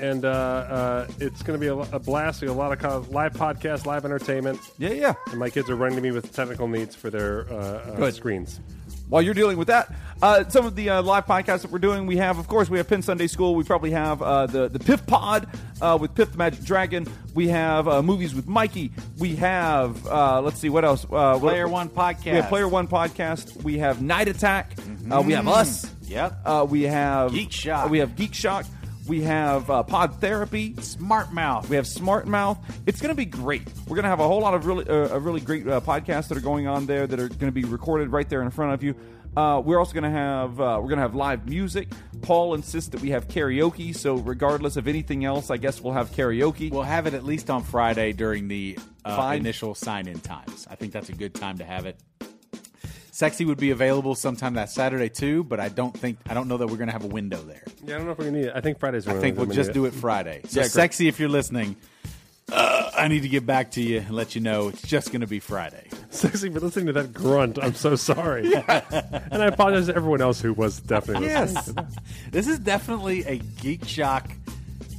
and uh, uh, it's going to be a, a blast. We have a lot of co- live podcasts, live entertainment,
Yeah, yeah.
and my kids are running to me with technical needs for their uh, uh,
Good.
screens.
while you're dealing with that, uh, some of the uh, live podcasts that we're doing, we have, of course, we have Penn Sunday School. We probably have uh, the the Piff Pod uh, with Piff the Magic Dragon. We have uh, movies with Mikey. We have uh, let's see what else. Uh, what-
Player One Podcast. Mm-hmm.
We have Player One podcast. We have Night Attack. Uh, we have us.
Yep.
Uh, we have
Geek Shock.
we have Geek Shock. We have uh, Pod Therapy.
Smart mouth.
We have Smart Mouth. It's going to be great. We're going to have a whole lot of really, uh, of really great uh, podcasts that are going on there that are going to be recorded right there in front of you. Uh, we're also going to have uh, we're going to have live music. Paul insists that we have karaoke, so regardless of anything else, I guess we'll have karaoke.
We'll have it at least on Friday during the uh,
Fine.
initial sign-in times. I think that's a good time to have it. Sexy would be available sometime that Saturday too, but I don't think I don't know that we're going to have a window there.
Yeah, I don't know if we're going to need it. I think Friday's
I think we'll just do it Friday. So
Yeah, great.
sexy, if you're listening, uh, I need to get back to you and let you know it's just going to be Friday.
Sexy for listening to that grunt. I'm so sorry. and I apologize to everyone else who was definitely listening.
Yes, this is definitely a Geek Shock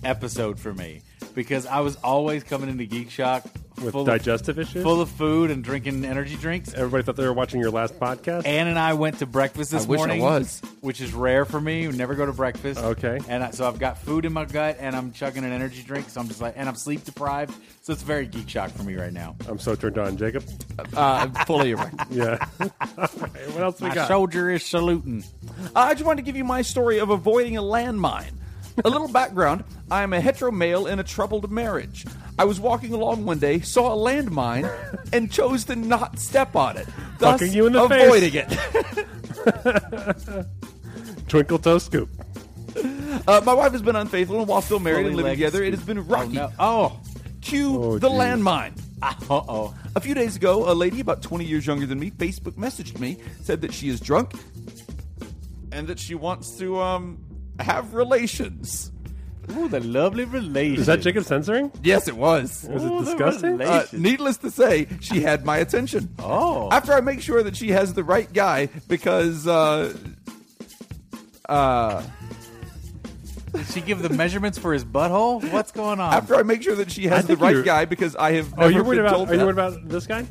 episode for me because I was always coming into Geek Shock
with
full of,
digestive issues.
full of food and drinking energy drinks.
everybody thought they were watching your last podcast.
Ann and I went to breakfast this
I wish I
morning.
was.
which is rare for me. We never go to breakfast.
Okay.
and I, so I've got food in my gut, and I'm chugging an energy drink. So I'm just like, and I'm sleep deprived. So it's very geek shock for me right now.
I'm so turned on, Jacob.
Uh, fully erect.
Yeah. All right, what else we
My
got?
soldier is saluting.
I just wanted to give you my story of avoiding a landmine. A little background I am a hetero male in a troubled marriage. I was walking along one day, saw a landmine, and chose to not step on it, thus
Fucking you in the face.
avoiding it.
Twinkle Toe Scoop.
Uh, my wife has been unfaithful, and while still married and living
Fully-legged
together, it has been
Oh,
rocky.
no. oh,
Cue
Oh,
the
geez.
landmine.
uh oh.
A few days ago, a lady about 20 years younger than me Facebook messaged me, said that she is drunk and that she wants to um, have relations.
Ooh, the lovely relation.
Is that Jacob censoring?
Yes, it was.
Was
Ooh,
it
the
disgusting?
relation.
Uh, needless to say, she had my attention.
Oh.
After I make sure that she has the right guy, because uh,
Did she give the measurements for his butthole? What's going on?
after I make sure that she has the
think
right
you're-
guy, because I have.
Oh,
never
you're worried
been
about?
told
Are you
that.
worried about this guy?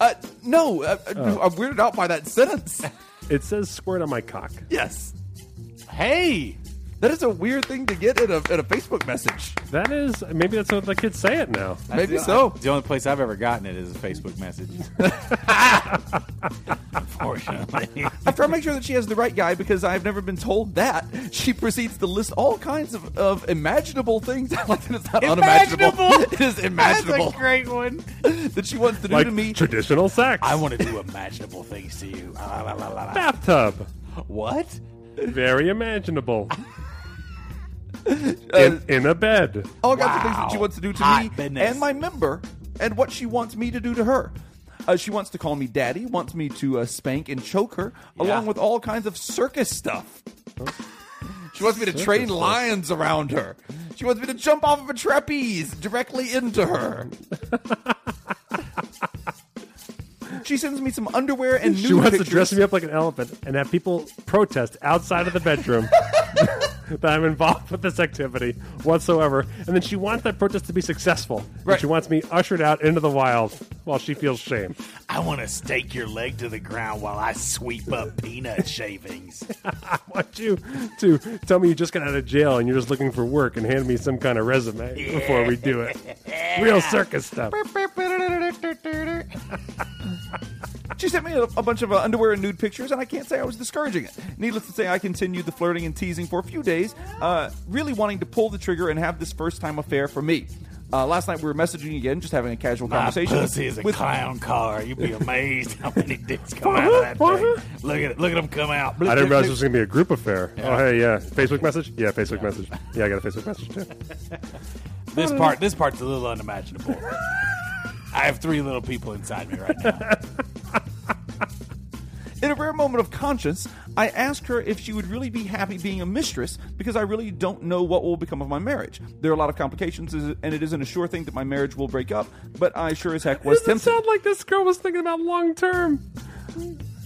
Uh, no, uh, uh, I'm weirded out by that sentence.
It says squirt on my cock.
yes,
hey,
that is a weird thing to get in a in a Facebook message.
That is maybe that's what the kids say it now.
That's
Maybe
the-
so.
The only place I've ever gotten it is a Facebook message. Unfortunately.
After I make sure that she has the right guy, because I have never been told that, she proceeds to list all kinds of, of imaginable things. I like that it's not unimaginable.
Imaginable?
It is imaginable
great one.
that she wants to do
Like
to me.
traditional sex.
I want to do imaginable things to you. Ah, La, la, la, la, la.
bathtub.
What?
Very imaginable.
uh,
in, in a bed.
all kinds of things that she
Wow.
wants to do to
Hot
me
business.
and my member, and what she wants me to do to her. Uh, she wants to call me daddy, wants me to uh, spank and choke her, along with all kinds of circus stuff. she wants me to train lions around her. She wants me to jump off of a trapeze directly into her. she sends me some underwear and nude
She wants
pictures.
to dress me up like an elephant and have people protest outside of the bedroom that I'm involved with this activity whatsoever. And then she wants that protest to be successful. And
Right.
She wants me ushered out into the wild while she feels shame.
I want to stake your leg to the ground while I sweep up peanut shavings.
I want you to tell me you just got out of jail and you're just looking for work and hand me some kind of resume before we do it. Real circus stuff.
She sent me a, a bunch of uh, underwear and nude pictures, and I can't say I was discouraging it. Needless to say, I continued the flirting and teasing for a few days, uh, really wanting to pull the trigger and have this first time affair for me. Uh, last night we were messaging again, just having a casual conversation. with-
clown car. You'd be amazed how many dicks come out of that thing. Look at it. Look at them come out.
I didn't realize it was going to be a group affair. Oh, hey, yeah. Facebook message? Yeah, Facebook message. Yeah, I got a Facebook message too.
This part, this part's a little unimaginable. I have three little people inside me right now.
in In a rare moment of conscience, I asked her if she would really be happy being a mistress because I really don't know what will become of my marriage. There are a lot of complications, and it isn't a sure thing that my marriage will break up, but I sure as heck was
Doesn't
tempted.
sound like this girl was thinking about long term.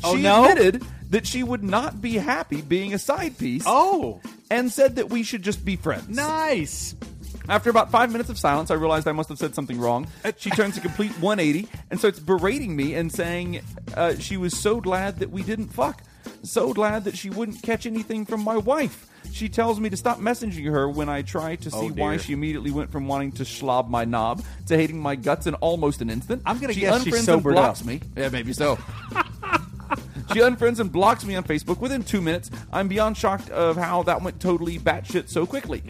Oh,
she
no?
admitted that she would not be happy being a side piece
Oh,
and said that we should just be friends.
nice.
After about five minutes of silence, I realized I must have said something wrong.
Uh,
She turns a complete 180 and starts berating me and saying uh, she was so glad that we didn't fuck, so glad that she wouldn't catch anything from my wife. She tells me to stop messaging her when I try to see
Oh, dear.
why she immediately went from wanting to schlob my knob to hating my guts in almost an instant.
I'm gonna
She
guess she
unfriends and
sobered
blocks
up.
me. Yeah, maybe so. She unfriends and blocks me on Facebook within two minutes. I'm beyond shocked of how that went totally batshit so quickly.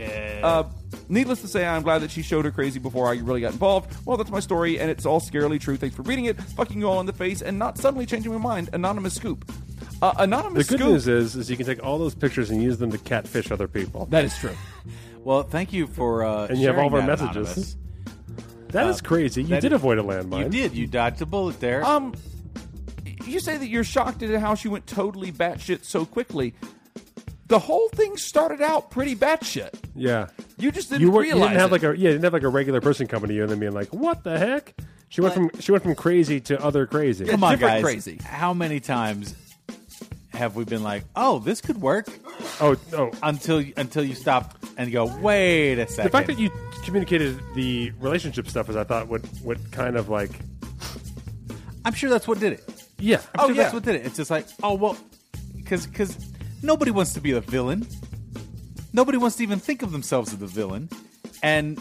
Uh, needless to say, I'm glad that she showed her crazy before I really got involved. Well, that's my story, and it's all scarily true. Thanks for reading it, fucking you all in the face, and not suddenly changing my mind. Anonymous scoop. Uh,
The
anonymous
good
scoop.
news is, is you can take all those pictures and use them to catfish other people.
that is true.
Well, thank you for uh,
And you have
sharing
all of our
that,
messages.
Anonymous.
That is crazy. You
that
did
is-
avoid a
You
landmine.
did. You dodged a bullet there.
Oh,
Um, you say that you're shocked at how she went totally batshit so quickly. The whole thing started out pretty batshit.
Yeah.
You just didn't
You weren't. You
realize
didn't have
it.
like a. Yeah, you didn't have like a regular person coming to you and then being like, "What the heck?" She went from she went from crazy to other crazy.
Come on,
different
guys.
crazy.
How many times have we been like, "Oh, this could work,"
Oh, oh.
until until you stop and go, "Wait a second.
The fact that you communicated the relationship stuff is, I thought, what what kind of like.
I'm sure that's what did it.
Yeah.
I'm
Oh,
sure that's
yeah.
what did it. It's just like, oh well, because because nobody wants to be the villain. Nobody wants to even think of themselves as the villain, and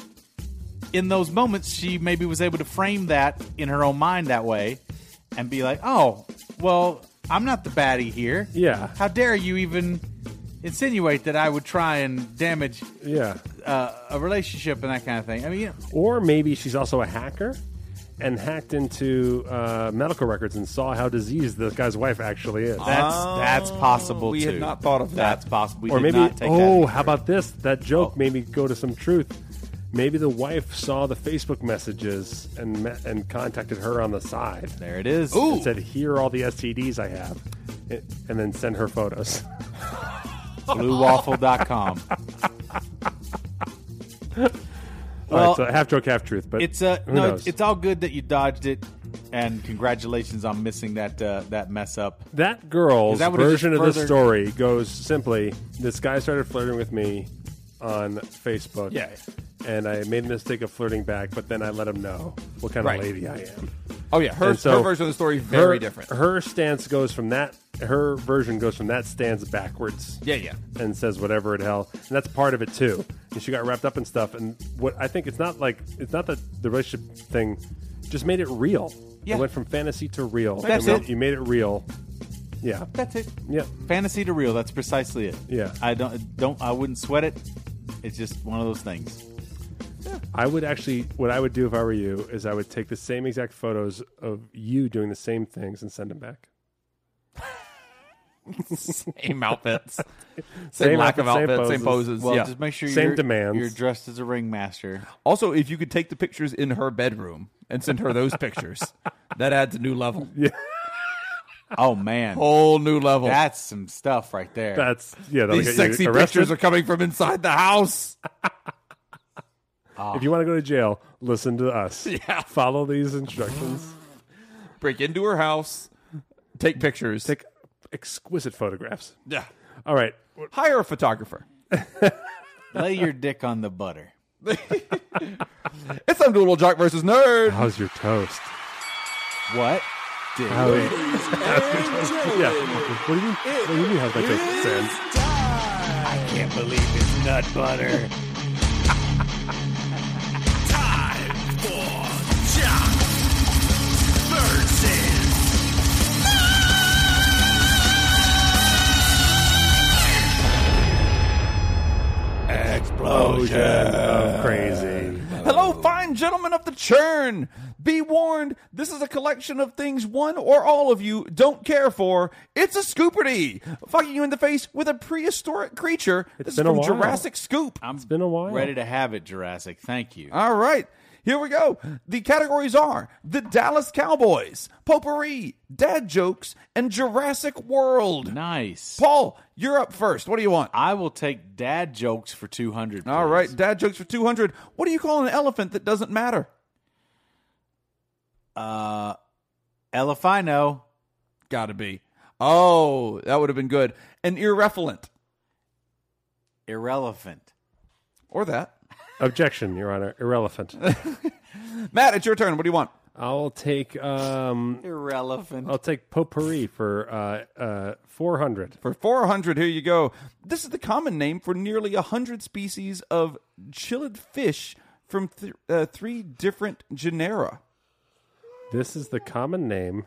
in those moments, she maybe was able to frame that in her own mind that way, and be like, oh well, I'm not the baddie here.
Yeah.
How dare you even insinuate that I would try and damage
Yeah.
uh, a relationship and that kind of thing? I mean, you know,
Or maybe she's also a hacker and hacked into uh, medical records and saw how diseased this guy's wife actually is.
that's that's possible.
we
too.
had not thought of that.
That's possible. We
or
did
maybe
not take that
oh
into
how about this that joke
Oh.
made me go to some truth maybe the wife saw the facebook messages and met, and contacted her on the side
There it is.
and said here are all the stds i have and and then send her photos
BlueWaffle.com.
all
well,
right so half joke half truth but
it's uh,
who
no,
knows?
it's, it's all good that you dodged it, and congratulations on missing that uh, that mess up.
that girl's
'Cause that would've
version
just
of the
further-
story goes simply this guy started flirting with me on facebook
Yeah.
and i made the mistake of flirting back but then i let him know what kind
Right.
of lady i am
Oh yeah, her,
And so-
her version of the story is very
her,
different.
Her stance goes from that. Her version goes from that stance backwards.
Yeah, yeah.
And says whatever it hell, and that's part of it too. And she got wrapped up in stuff. And what I think it's not like it's not that the relationship thing just made it real.
Yeah.
It went from fantasy to real.
That's
And when
it.
You made it real. Yeah.
That's it.
Yeah.
Fantasy to real. That's precisely it.
Yeah.
I don't don't I wouldn't sweat it. It's just one of those things.
I would actually, what I would do if I were you is I would take the same exact photos of you doing the same things and send them back.
same outfits, same,
Same
lack of
outfit,
outfits,
same
same
poses.
poses.
Well,
yeah.
just make sure
Same
you're,
demands.
You're dressed as a ringmaster.
also, if you could take the pictures in her bedroom and send her those pictures, that adds a new level,
Oh man,
whole new level.
that's some stuff right there.
That's yeah. that'll
These
get you
sexy
arrested.
pictures are coming from inside the house.
If you want to go to jail, listen to us. Yeah. Follow these instructions.
Break into her house, take pictures.
Take exquisite photographs.
yeah.
All right.
Hire a photographer.
Lay your dick on the butter.
It's time to do a little jock versus nerd.
How's your toast?
What? Dude.
Yeah. What do you mean? What do you mean how's my toast? Sam?
Can't believe it's nut butter. Time for Jock versus.
Oh, crazy.
Hello, fine gentlemen of the churn. Be warned, this is a collection of things one or all of you don't care for. It's a scooperty, fucking you in the face with a prehistoric creature. this is
been a
from
while.
Jurassic Scoop.
I'm it's
been a while.
Ready to have it, Jurassic. Thank you.
All right. Here we go. The categories are the Dallas Cowboys, potpourri, dad jokes, and Jurassic World.
Nice.
Paul, you're up first. What do you want?
I will take dad jokes for 200.
All
please.
right, dad jokes for 200. What do you call an elephant that doesn't matter?
Uh, Elefino.
Gotta be. Oh, that would have been good. An irrelevant.
Irrelevant.
Or that.
Objection, Your Honor. Irrelevant.
Matt, it's your turn. What do you want?
I'll take um,
Irrelevant.
I'll take potpourri for uh, uh, four hundred.
For 400, here you go. This is the common name for nearly 100 species of chilled fish from th- uh, three different genera.
This is the common name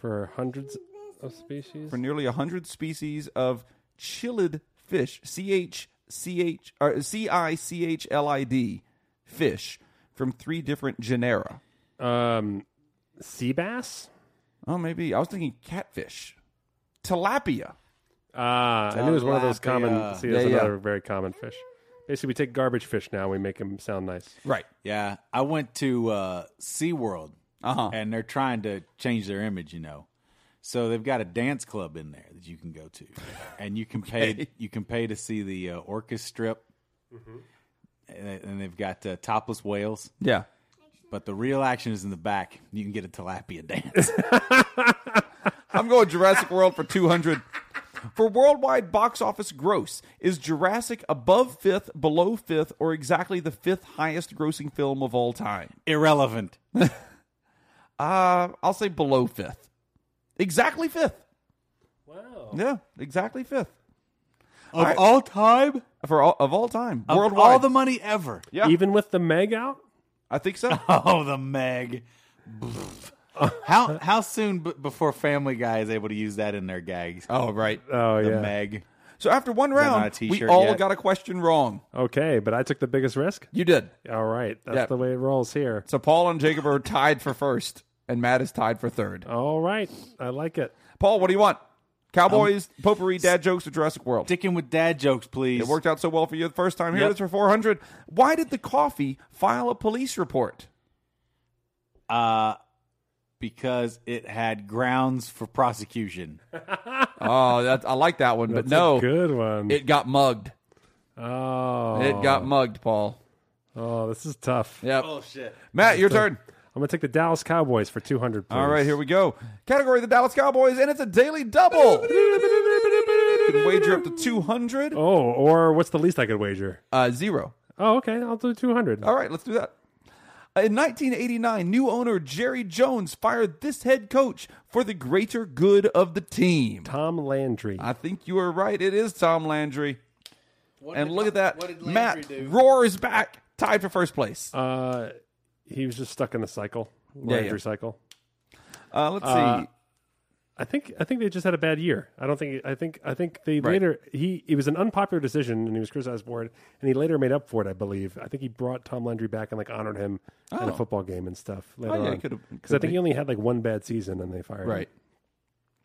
for hundreds of species.
For nearly 100 species of chilled fish, C H C H or C I C H L I D fish from three different genera.
Um, sea bass.
Oh, maybe. I was thinking catfish. Tilapia.
Ah, I knew it was one of those common.
Tilapia.
See, that's
Yeah, yeah.
another very common fish. Basically, we take garbage fish now. We make them sound nice.
Right.
Yeah, I went to uh, SeaWorld
Uh-huh.
and they're trying to change their image, you know. So they've got a dance club in there that you can go to, and you can pay you can pay to see the uh, orca strip,
Mm-hmm.
and, and they've got uh, topless whales.
Yeah.
But the real action is in the back. You can get a tilapia dance.
I'm going Jurassic World for 200. For worldwide box office gross, is Jurassic above fifth, below fifth, or exactly the fifth highest grossing film of all time?
Irrelevant.
Uh, I'll say below fifth. Exactly fifth. Wow. Yeah, exactly fifth.
Of all time,
For all, of all time.
of
worldwide.
all the money ever.
Yeah.
Even with the Meg out,
I think so.
Oh, the Meg. how how soon b- before Family Guy is able to use that in their gags?
oh, right.
oh
the
yeah,
Meg.
So after one
Uh, not a
round, we
t-shirt
all
yet?
got a question wrong.
okay. But I took the biggest risk.
You did.
All right, that's
Yeah.
the way it rolls here.
So Paul and Jacob are tied for first, and Matt is tied for third.
Uh,
All right, I like it.
Paul, what do you want? Cowboys,
um,
potpourri, dad jokes, or Jurassic World?
Sticking with dad jokes, please.
It worked out so well for you the first time here.
Yep.
It's for 400. Why did the coffee file a police report?
Uh, because it had grounds for prosecution.
Oh, that, I like that one, but
That's
no,
a good one.
it got mugged.
oh,
It got mugged, Paul.
Oh, this is tough.
Yep.
Oh, shit.
Matt, your turn.
I'm gonna take the Dallas Cowboys for 200. Please.
All right, here we go. Category the Dallas Cowboys, and it's a daily double. You can wager up to 200.
Oh, or what's the least I could wager?
Uh, zero.
Oh, okay, I'll do 200.
All right, let's do that. In 1989, new owner Jerry Jones fired this head coach for the greater good of the team.
Tom Landry.
I think you are right. It is Tom Landry. and look at that.
what did Landry
Matt
do?
roars back, tied for first place. Uh,
Uh, he was just stuck in the cycle,
Yeah,
Landry
yeah.
cycle.
Uh, let's see.
I think I think they just had a bad year. I don't think I think I think they
Right.
later he it was an unpopular decision and he was criticized for it and he later made up for it. I believe. I think he brought Tom Landry back and like honored him at a football game and stuff later
Oh. yeah, it
on.
could've-
Because I
could
think
be.
he only had like one bad season and they fired
Right.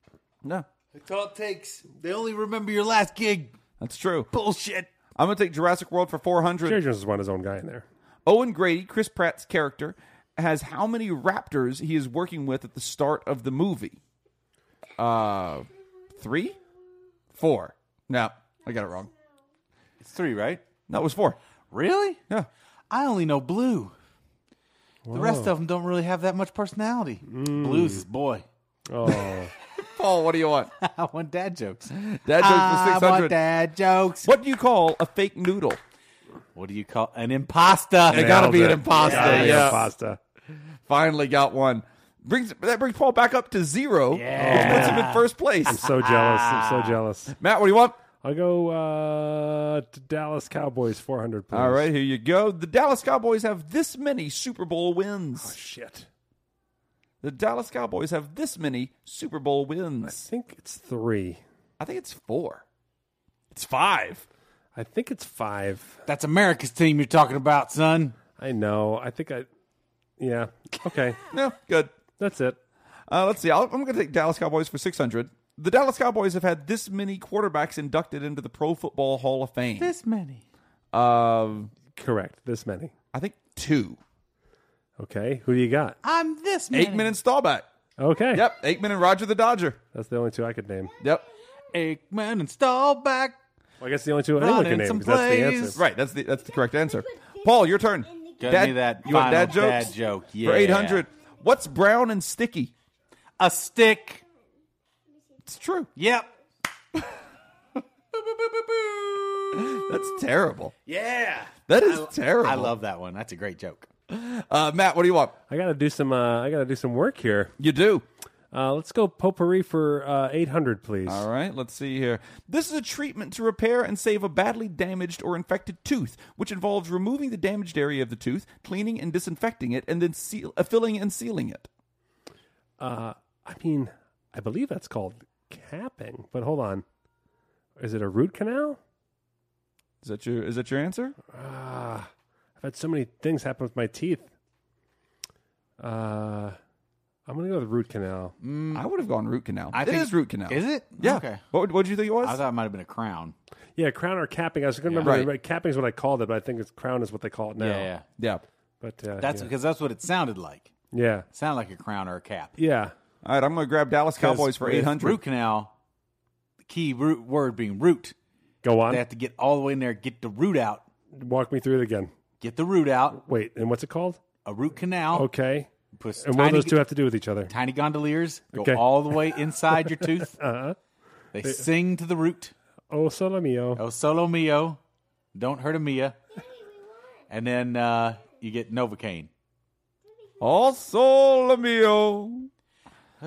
him.
No,
That's all it takes. They only remember your last gig.
that's true.
Bullshit.
I'm going to take Jurassic World for 400.
Jerry Jones is one his own guy in there.
Owen Grady, Chris Pratt's character, has how many raptors he is working with at the start of the movie? Uh, three, four. No, I got it wrong.
It's three, right?
No, it was four.
Really?
Yeah.
I only know Blue. The rest of them don't really have that much personality.
Mm.
Blue's his boy.
Oh,
Paul, what do you want?
I want dad jokes.
Dad
I
joke for six
want
hundred.
dad jokes.
What do you call a fake noodle?
What do you call an imposter?
They gotta be an imposter.
Uh,
yeah,
yeah.
pasta.
Finally got one. Brings that brings Paul back up to zero. Yeah. Puts him in first place.
So jealous.
Ah.
I'm so jealous.
Matt, what do you want?
I'll go uh, to Dallas Cowboys 400. Please.
All right, here you go. The Dallas Cowboys have this many Super Bowl wins.
Shit.
The Dallas Cowboys have this many Super Bowl
I
wins.
think it's three.
I think it's four. It's five.
I think it's five.
That's America's team you're talking about, son.
I know. I think I. Yeah. Okay.
No, good.
That's it.
Uh, let's see. I'll, I'm going to take Dallas Cowboys for 600. The Dallas Cowboys have had this many quarterbacks inducted into the Pro Football Hall of Fame.
This many.
Um,
Correct. This many.
I think two.
Okay, who do you got?
I'm this man.
Aikman and Staubach.
Okay,
Yep, Aikman and Roger the Dodger.
that's the only two I could name.
Yep.
Aikman and Stallback.
Well, I guess the only two anyone
Running
can name
some
'cause that's the
plays.
answer.
Right, that's the that's the correct answer. Paul, your turn.
Give
Dad-
me that
You want
final
dad jokes?
dad joke, yeah.
For 800. What's brown and sticky?
A stick.
It's true.
Yep.
That's terrible.
Yeah.
That is terrible.
I love that one. That's a great joke.
Uh, Matt, what do you want?
I gotta do some. Uh, I gotta do some work here.
You do.
Uh, let's go potpourri for uh, eight hundred, please.
All right, let's see here. This is a treatment to repair and save a badly damaged or infected tooth, which involves removing the damaged area of the tooth, cleaning and disinfecting it, and then seal, uh, filling and sealing it.
Uh, I mean, I believe that's called capping. But hold on, is it a root canal?
Is that your is that your answer?
Uh, I've had so many things happen with my teeth. Uh, I'm gonna go with root canal.
I would have gone root canal.
Mm. I
It
think-
is root canal.
Is it?
Yeah.
Okay.
What what do you think it was?
I thought it might have been a crown.
Yeah, crown or capping. I was gonna remember
Right.
right, capping is what I called it, but I think it's crown is what they call it now.
Yeah, yeah.
yeah.
But uh,
That's
yeah.
because that's what it sounded like.
yeah,
It sounded like a crown or a cap.
yeah.
All right, I'm going to grab Dallas Cowboys for
With
800.
Root canal. The key root word being root.
Go on.
They have to get all the way in there, get the root out,
Walk me through it again.
get the root out.
Wait, and what's it called?
A root canal.
Okay.
Put
And what do
tiny-
those two have to do with each other?
tiny gondoliers go
Okay.
all the way inside your tooth. uh-huh. They sing to the root.
Oh, solo mio.
Oh, solo mio, don't hurt a mia. And then uh, you get Novocaine.
Also, Lamio.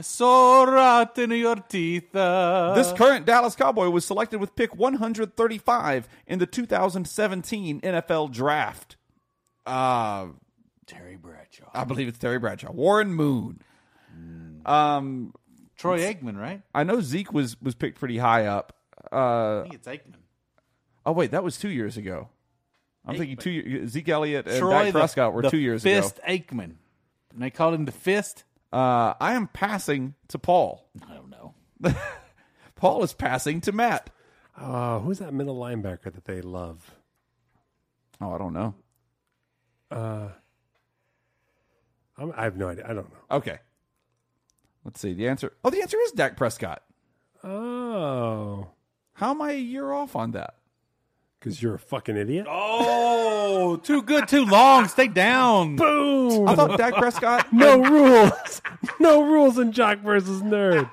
So rotten in your teeth. uh.
This current Dallas Cowboy was selected with pick 135 in the 2017 NFL Draft. Uh,
Terry Bradshaw, Mm.
I believe it's Terry Bradshaw, Warren Moon. Um,
Troy Aikman, right?
I know Zeke was was picked pretty high up.
I
Uh,
think it's Aikman.
oh wait, that was two years ago. I'm thinking two year, Zeke Elliott and
Troy
Dak
the-
Prescott were
the
two years
fist
ago.
Aikman, and they called him the fist.
Uh, I am passing to Paul.
I don't know.
Paul is passing to Matt.
Uh, who's that middle linebacker that they love?
Oh, I don't know.
I'm, I have no idea. I don't know.
Okay. Let's see the answer. Oh, the answer is Dak Prescott.
Oh,
How am I a year off on that?
because you're a fucking idiot.
Oh, too good, too long. Stay down.
Boom!
I thought Dak Prescott.
No rules. no rules in Jock versus Nerd.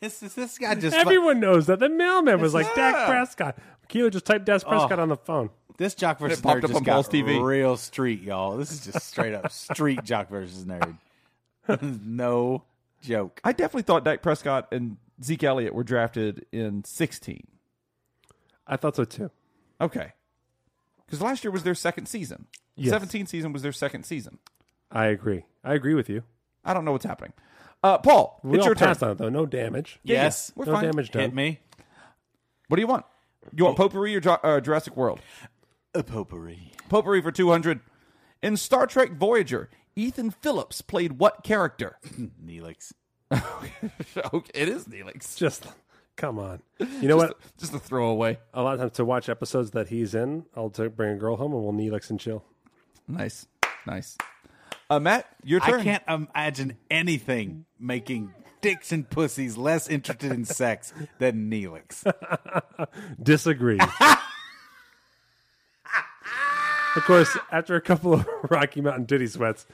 This, this, this guy just fu-
Everyone knows that. The mailman was like
Yeah.
Dak Prescott. Keeler just typed
Oh.
Dak Prescott on the phone.
This jock versus
popped
nerd
up
just
on
got
Pulse TV.
real street, y'all. This is just straight up street jock versus nerd. no joke.
I definitely thought Dak Prescott and Zeke Elliott were drafted in 16.
I thought so too.
Okay. Because last year was their second season.
Yes.
17 season was their second season.
I agree. I agree with you.
I don't know what's happening. Uh, Paul,
We
it's
all
your turn.
passed on it though. No damage.
Yeah, yeah,
Yes.
We're
no
fine.
damage done.
Hit me.
What do you want? You want Potpourri or Dra- uh, Jurassic World?
A potpourri.
Potpourri for 200. In Star Trek Voyager, Ethan Phillips played what character?
Neelix.
Okay, it is Neelix.
Just come on. You know what?
Just a throwaway.
a lot of times to watch episodes that he's in, I'll t- bring a girl home and we'll Neelix and chill.
Nice. Nice. Uh, Matt, your turn.
I can't imagine anything making dicks and pussies less interested in sex than Neelix.
Disagree. of course, after a couple of Rocky Mountain titty sweats,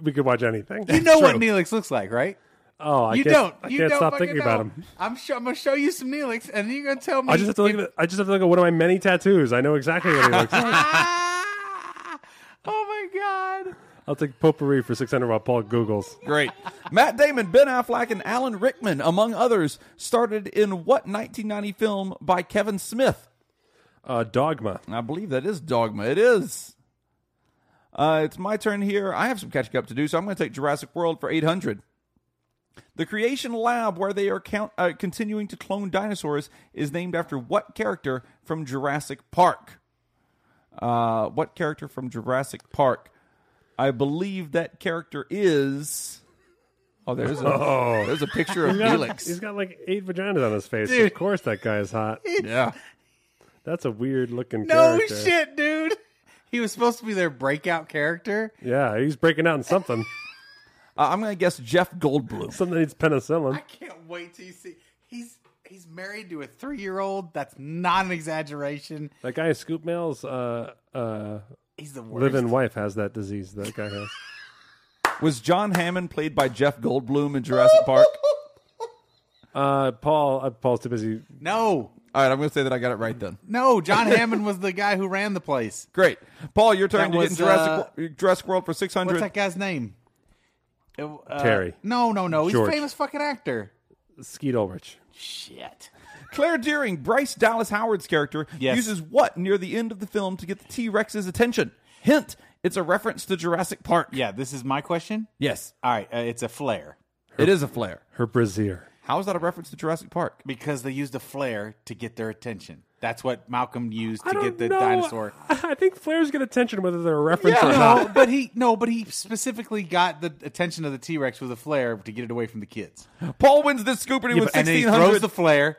we could watch anything.
You know what Neelix looks like, right?
Oh, I
you
can't,
don't.
I
you
can't
don't
stop
fucking
thinking about
know.
him.
I'm, sure, I'm gonna show you some Neelix, and you're gonna tell me.
I just have to look at. I just have to look at one of my many tattoos. I know exactly what he looks like.
Ah! Oh my god.
I'll take potpourri for six hundred while Paul Google's.
Great. Matt Damon, Ben Affleck, and Alan Rickman, among others, started in what 1990 film by Kevin Smith?
Uh, dogma.
I believe that is Dogma. It is. Uh, it's my turn here. I have some catching up to do, so I'm going to take Jurassic World for 800. The creation lab where they are count, uh, continuing to clone dinosaurs is named after what character from Jurassic Park? Uh, what character from Jurassic Park? I believe that character is. Oh, there's a, there's a picture of
He's
Felix.
got like eight vaginas on his face. Of course, that guy is hot.
Yeah.
That's a weird looking
No
character.
shit, dude. He was supposed to be their breakout character.
Yeah, he's breaking out in something.
Uh, I'm going to guess Jeff Goldblum.
something needs penicillin.
I can't wait till you see. He's he's married to a three year old. That's not an exaggeration.
That guy Scoop Mail's uh, uh,
He's the worst.
live-in wife has that disease. That guy has.
Was John Hammond played by Jeff Goldblum in Jurassic Park?
Uh, Paul, uh, Paul's too busy.
No,
All right, I'm going to say that I got it right then.
no. John Hammond was the guy who ran the place.
Great. Paul, your turn
That
to
was,
get in Jurassic,
uh,
Wo- Jurassic World for
What's
600.
that guy's name? It, uh,
Terry.
No, no, no. He's
George.
a famous fucking actor.
Skeet Ulrich.
Shit.
Claire Deering, Bryce Dallas Howard's character,
Yes.
uses what near the end of the film to get the T Rex's attention? Hint, it's a reference to Jurassic Park.
Yeah, this is my question.
Yes,
All right, uh, it's a flare
it is a flare.
Her brassiere.
How is that a reference to Jurassic Park?
because they used a flare to get their attention. That's what Malcolm used
I
to
don't
get the
know.
dinosaur.
I think flares get attention whether they're a reference or not.
No, but he no, but he specifically got the attention of the T Rex with a flare to get it away from the kids.
Paul wins this scoop and he
Yeah,
wins
but- and then he
1600.
throws the flare,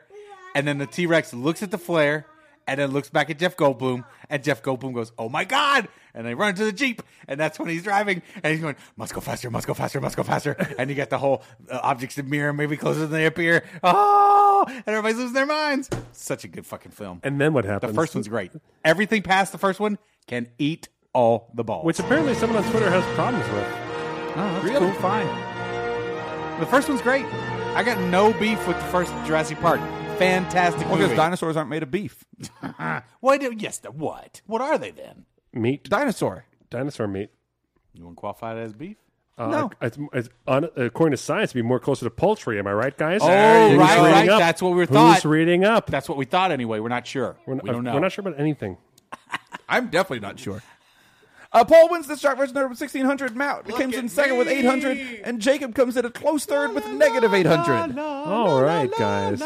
and then the T Rex looks at the flare, and then looks back at Jeff Goldblum, and Jeff Goldblum goes, "Oh my god!" And they run to the jeep, and that's when he's driving, and he's going, "Must go faster, must go faster, must go faster!" and you got the whole uh, objects in mirror maybe closer than they appear. Oh, and everybody's losing their minds. Such a good fucking film.
And then what
the
happens?
first one's great. Everything past the first one can eat all the balls.
Which apparently someone on Twitter has problems with.
Oh, that's cool. Fine. The first one's great. I got no beef with the first Jurassic Park. Fantastic
Well,
movie.
because dinosaurs aren't made of beef.
Why do yes? the- What? What are they then?
Meat.
Dinosaur.
Dinosaur meat.
You want to qualify it as beef?
Uh,
Oh.
No.
It's, it's on, according to science, it'd be more closer to poultry. Am I right, guys?
Oh,
There you go.
right,
Who's reading
right.
up?
That's what we
Who's
thought.
reading up?
That's what we thought anyway. We're not sure.
We're, not, uh,
we don't know.
we're not sure about anything.
I'm definitely not sure. Uh, Paul wins this shot versus nerd with 1600. Matt comes in second with 800. And Jacob comes in a close third with negative 800.
All right, guys.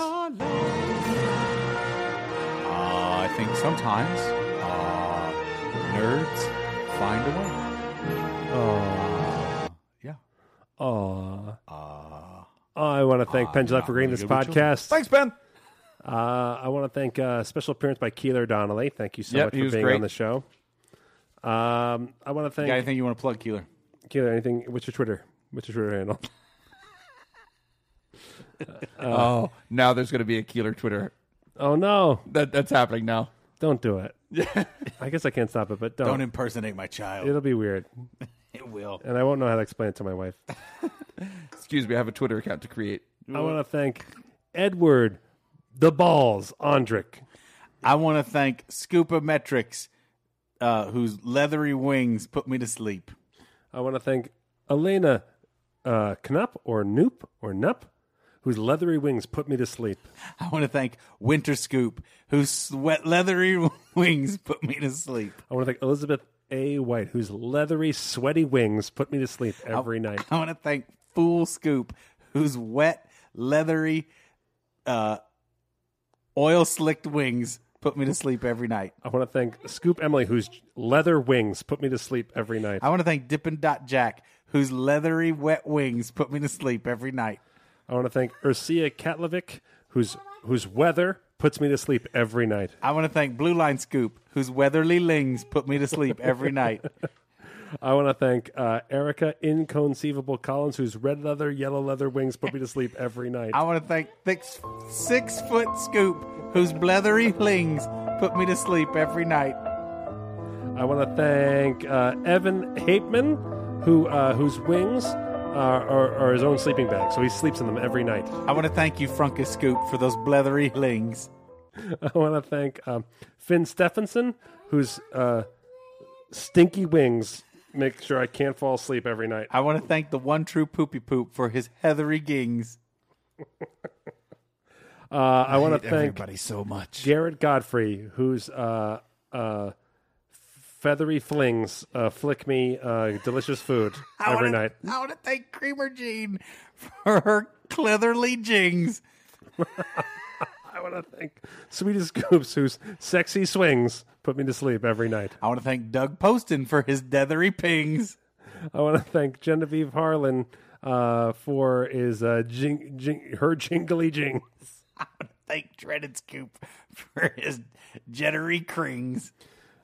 Uh, I think sometimes uh, nerds find a way. Yeah.
Aw. Oh, I want to
Oh,
thank Pendula for getting this
really good with
podcast.
Thanks, Ben.
Uh, I want to thank uh, special appearance by Keeler Donnelly. Thank you so
Yep,
much
he
for
was
being
great.
on the show. Um, I want to thank
Got anything you want to plug, Keeler?
Keeler. Anything? What's your Twitter? What's your Twitter handle?
oh, now there's going to be a Keeler Twitter.
Oh no!
That, that's happening now.
Don't do it. I guess I can't stop it, but don't.
Don't impersonate my child.
It'll be weird,
It will.
and I won't know how to explain it to my wife.
Excuse me, I have a Twitter account to create.
I want to thank Edward the Balls Andrick.
I want to thank Scupa Metrics, uh, whose leathery wings put me to sleep.
I want to thank Elena uh, Knup or Noop or Nup, whose leathery wings put me to sleep.
I want to thank Winter Scoop, whose sweat leathery wings put me to sleep.
I want to thank Elizabeth A. White, whose leathery, sweaty wings put me to sleep every night.
I want to thank Fool Scoop, whose wet leathery, uh, oil slicked wings put me to sleep every night.
I want to thank Scoop Emily, whose leather wings put me to sleep every night.
I want to thank Dippin' Dot Jack, whose leathery wet wings put me to sleep every night.
I want to thank Ursia Katlovic, whose whose weather puts me to sleep every night.
I want to thank Blue Line Scoop, whose weatherly lings put me to sleep every night.
I want to thank uh, Erica Inconceivable Collins, whose red leather, yellow leather wings put me to sleep every night.
I want to thank six, six foot scoop whose blethery flings put me to sleep every night.
I want to thank uh, Evan Hapeman, who uh, whose wings uh, are, are his own sleeping bag, so he sleeps in them every night.
I want to thank you, Frunkus Scoop, for those blethery flings.
I want to thank um, Finn Stephenson, whose uh, stinky wings make sure I can't fall asleep every night.
I want to thank the one true poopy poop for his heathery gings.
Uh, I, want to thank
Everybody so much.
Garrett Godfrey, whose uh, uh, feathery flings uh, flick me uh, delicious food
I
every
wanna-
night.
I want to thank Creamer Jean for her cleatherly jings.
I want to thank Sweetest Scoops, whose sexy swings put me to sleep every night.
I want to thank Doug Poston for his deathery pings.
I want to thank Genevieve Harlan uh, for his uh, jing, jing, her jingly jing.
Thank Dreaded Scoop for his jettery crings.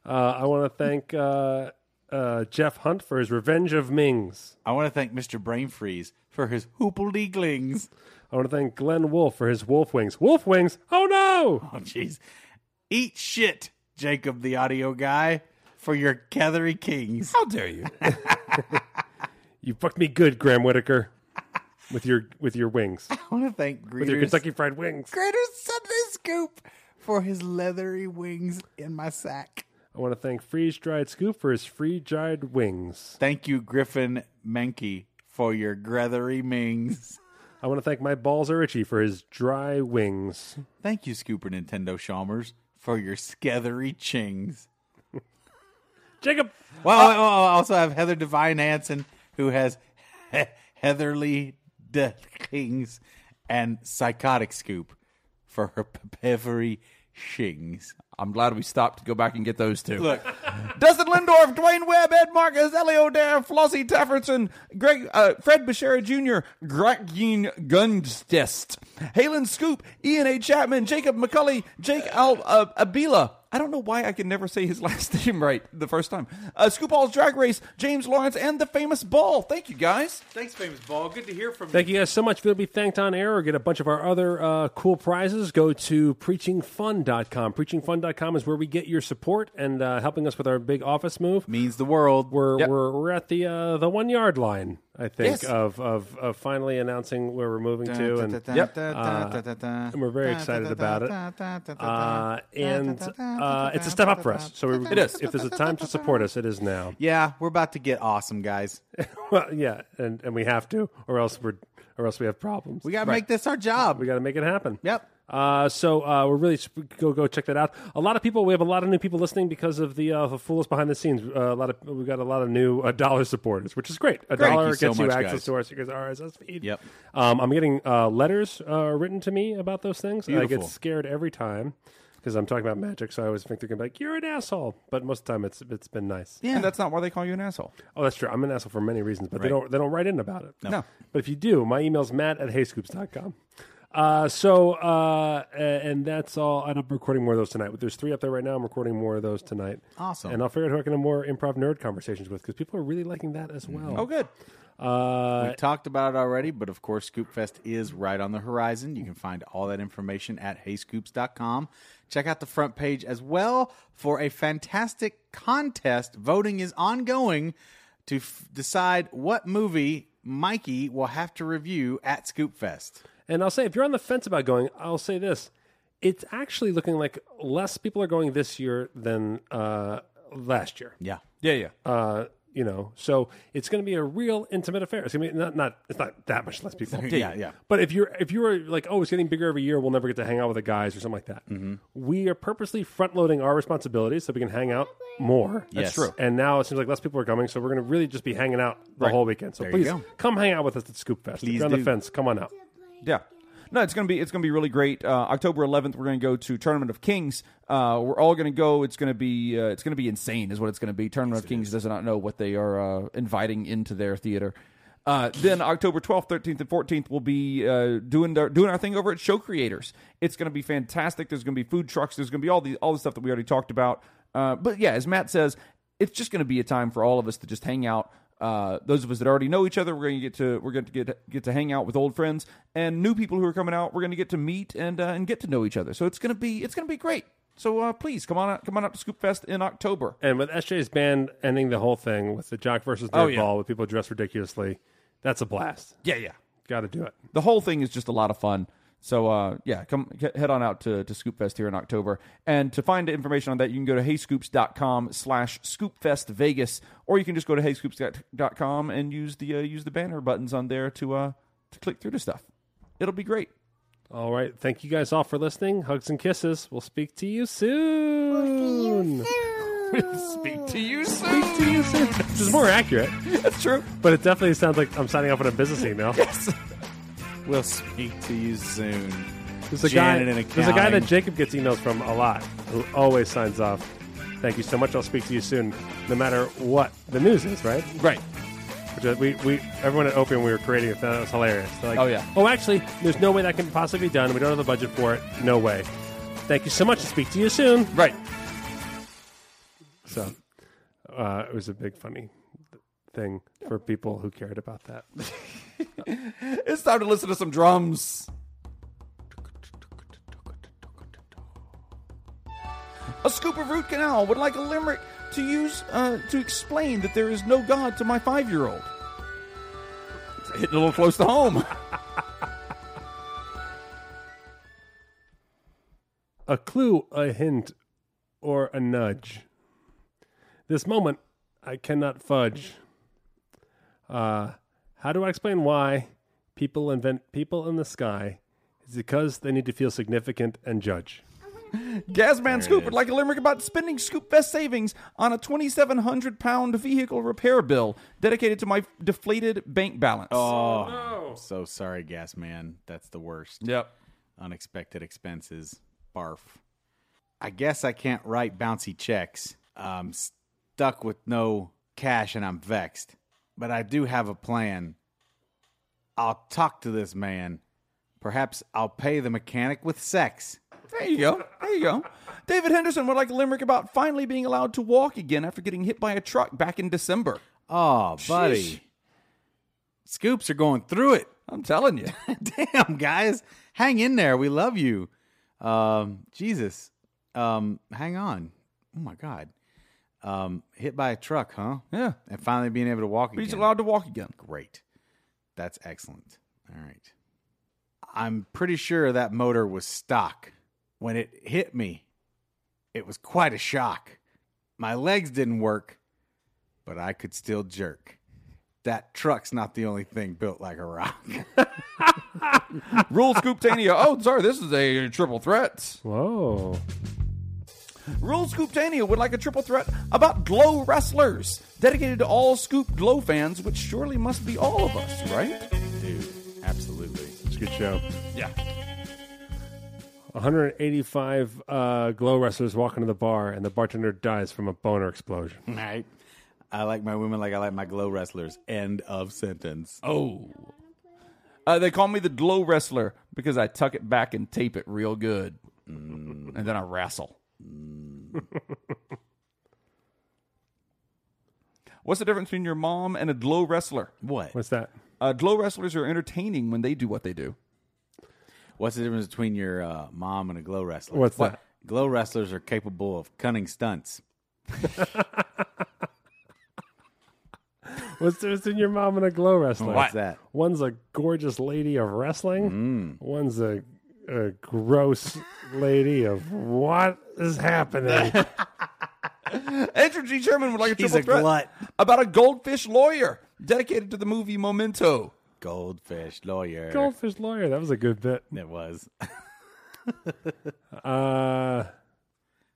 Uh, I want to thank uh, uh, Jeff Hunt for his Revenge of Mings.
I want to thank Mr. Brain Freeze for his hooplediglings.
I want to thank Glenn Wolf for his wolf wings. Wolf wings? Oh no!
Oh, jeez. Eat shit, Jacob the audio guy, for your Kethery Kings.
How dare you?
You fucked me good, Graham Whitaker, with your with your wings,
I want to thank
with your
Greeters,
Kentucky Fried Wings.
Greeters Sunday Scoop for his leathery wings in my sack.
I want to thank Freeze Dried Scoop for his free dried wings.
Thank you, Griffin Menke, for your Grethery Mings.
I want to thank my balls are itchy for his dry wings.
Thank you, Scooper Nintendo Chalmers, for your Skethery Chings.
Jacob,
Well, I- I I also have Heather Divine Hansen, who has he- Heatherly De Kings and Psychotic Scoop for her Pevery Shings.
I'm glad we stopped to go back and get those two.
Look,
Dustin Lindorf, Dwayne Webb, Ed Marcus, Ellie O'Dare, Flossie Tafferson, Greg, uh, Fred Bechera Jr., Gregin Gunstest, Halen Scoop, Ian A. Chapman, Jacob McCully, Jake Al uh, Abila. I don't know why I can never say his last name right the first time. Uh, Scoop Hall's Drag Race, James Lawrence, and the famous Ball. Thank you, guys.
thanks, Famous Ball. Good to hear from
Thank you guys so much. If you want to be thanked on air or get a bunch of our other uh, cool prizes, go to preachingfun.com. Preachingfun.com is where we get your support and uh, helping us with our big office move.
Means the world.
We're,
Yep.
we're, we're at the uh, the one yard line, I think,
Yes.
of, of, of finally announcing where we're moving to. And Uh,
Yep.
and
we're very excited about it. uh, and uh, it's a step up for us. So we,
It is.
If there's a time to support us, it is now.
yeah, we're about to get awesome, guys.
Well, yeah, and, and we have to, or else we're or else we have problems.
We gotta make this our job.
We got to make it happen.
Yep.
Uh, so uh, we're really go go check that out. A lot of people. We have a lot of new people listening because of the uh, the fools behind the scenes. Uh, a lot of we got a lot of new uh, dollar supporters, which is great. A dollar
Thank you so
gets you
much,
access
guys.
to our secret RSS feed.
Yep.
Um, I'm getting uh, letters uh, written to me about those things. and I get
Beautiful.
scared every time because I'm talking about magic, so I always think they're gonna be like, "You're an asshole," but most of the time it's it's been nice.
Yeah.
And that's not why they call you an asshole.
Oh, that's true. I'm an asshole for many reasons, but they
Right.
don't they don't write in about it.
No.
But if you do, my email's matt at hayscoops.com. Uh, so, uh, a- and that's all. And I'm recording more of those tonight. There's three up there right now. I'm recording more of those tonight.
Awesome.
And I'll figure out who I can have more improv nerd conversations with because people are really liking that as well.
Oh, good.
Uh,
We talked about it already, but of course, Scoopfest is right on the horizon. You can find all that information at heyscoops.com. Check out the front page as well for a fantastic contest. Voting is ongoing to f- decide what movie Mikey will have to review at Scoopfest.
And I'll say, if you're on the fence about going, I'll say this: it's actually looking like less people are going this year than uh, last year.
Yeah.
Yeah, yeah.
Uh, you know, so it's going to be a real intimate affair. It's going to be not, not it's not that much less people.
Yeah, yeah.
But if you're if you're like, oh, it's getting bigger every year, we'll never get to hang out with the guys or something like that.
Mm-hmm.
We are purposely front loading our responsibilities so we can hang out more.
That's Yes. true.
And now it seems like less people are coming, so we're going to really just be hanging out the whole weekend. So
There you
please
go.
come hang out with us at Scoop Fest. if
Please
you're on the
do.
fence, come on out.
Uh, Yeah. No, it's gonna be it's gonna be really great. Uh, October 11th, we're gonna go to Tournament of Kings. Uh, we're all gonna go. It's gonna be uh, it's gonna be insane, is what it's gonna be. Tournament of Kings does not know what they are uh, inviting into their theater. Uh, then October 12th, 13th, and 14th, we'll be uh, doing their, doing our thing over at Show Creators. It's gonna be fantastic. There's gonna be food trucks. There's gonna be all the all the stuff that we already talked about. Uh, but yeah, as Matt says, it's just going to be a time for all of us to just hang out. Uh, those of us that already know each other, we're going to get to we're going to get get to hang out with old friends and new people who are coming out. We're going to get to meet and uh, and get to know each other. So it's going to be it's going to be great. So uh, please come on out, come on out to Scoop Fest in October.
And with SJ's band ending the whole thing with the jock versus nerd
Oh, yeah.
ball with people dressed ridiculously, that's a blast.
Yeah, yeah.
Got to do it.
The whole thing is just a lot of fun. So uh, yeah, come he- head on out to, to Scoop Fest here in October. And to find information on that, you can go to heyscoops.com slash scoopfest Vegas, or you can just go to heyscoops.com and use the uh, use the banner buttons on there to uh, to click through to stuff. It'll be great.
All right. Thank you guys all for listening. Hugs and kisses. We'll speak to you soon.
Speak to you.
Speak to you soon. This is more accurate,
That's true.
but it definitely sounds like I'm signing off on a business email.
We'll speak to you soon.
There's a guy.
Janet in
There's a guy that
accounting.
Jacob gets emails from a lot, who always signs off. Thank you so much. I'll speak to you soon, no matter what the news is. Right.
Right.
Which uh, we, we everyone at Opium we were creating it that was hilarious. They're like,
Oh, yeah.
Oh, actually, there's no way that can possibly be done. We don't have the budget for it. No way. Thank you so much. Speak to you soon.
Right.
So
Uh, it was a big funny thing for people who cared about that.
It's time to listen to some drums. A scoop of root canal would like a limerick to use uh, to explain that there is no God to my five year old. Hitting a little close to home.
a clue, a hint, or a nudge. This moment I cannot fudge. Uh, how do I explain why people invent people in the sky? It's because they need to feel significant and judge.
Gasman Scoop would like a limerick about spending Scoop Fest savings on a 2,700 pound vehicle repair bill dedicated to my deflated bank balance.
so sorry, gas man. That's the worst.
Yep.
Unexpected expenses. Barf. I guess I can't write bouncy checks. I'm stuck with no cash and I'm vexed. But I do have a plan. I'll talk to this man. Perhaps I'll pay the mechanic with sex.
There you go. There you go. David Henderson would like a limerick about finally being allowed to walk again after getting hit by a truck back in December.
Oh, buddy.
Sheesh.
Scoops are going through it.
I'm telling you.
Damn, guys. Hang in there. We love you. Um, Jesus. Um, hang on. Oh my God. Um, hit by a truck, huh?
Yeah.
And finally being able to walk again.
He's allowed to walk again.
Great. That's excellent. All right. I'm pretty sure that motor was stock. When it hit me, it was quite a shock. My legs didn't work, but I could still jerk. That truck's not the only thing built like a rock.
Rule Scooptania. Oh, sorry, this is a triple threat.
Whoa.
Rule Scooptania would like a triple threat about glow wrestlers, dedicated to all Scoop Glow fans, which surely must be all of us, right?
Dude, absolutely.
It's a good show.
Yeah.
185 uh, glow wrestlers walk into the bar, and the bartender dies from a boner explosion.
All right. I like my women like I like my glow wrestlers. End of sentence.
Oh. Uh, they call me the glow wrestler because I tuck it back and tape it real good.
Mm.
And then I wrestle. What's the difference between your mom and a glow wrestler?
What?
What's that?
Uh, glow wrestlers are entertaining when they do what they do.
What's the difference between your uh, mom and a glow wrestler?
What's
What?
that?
Glow wrestlers are capable of cunning stunts.
What's it's in your mom and a glow wrestler?
What's that? Hmm.
One's a gorgeous lady of wrestling. One's a, a gross lady of what is happening?
Andrew G. Sherman would like a
He's
triple
a
threat
glut.
about a goldfish lawyer dedicated to the movie Memento.
Goldfish lawyer.
Goldfish lawyer. That was a good bit.
It was.
Uh,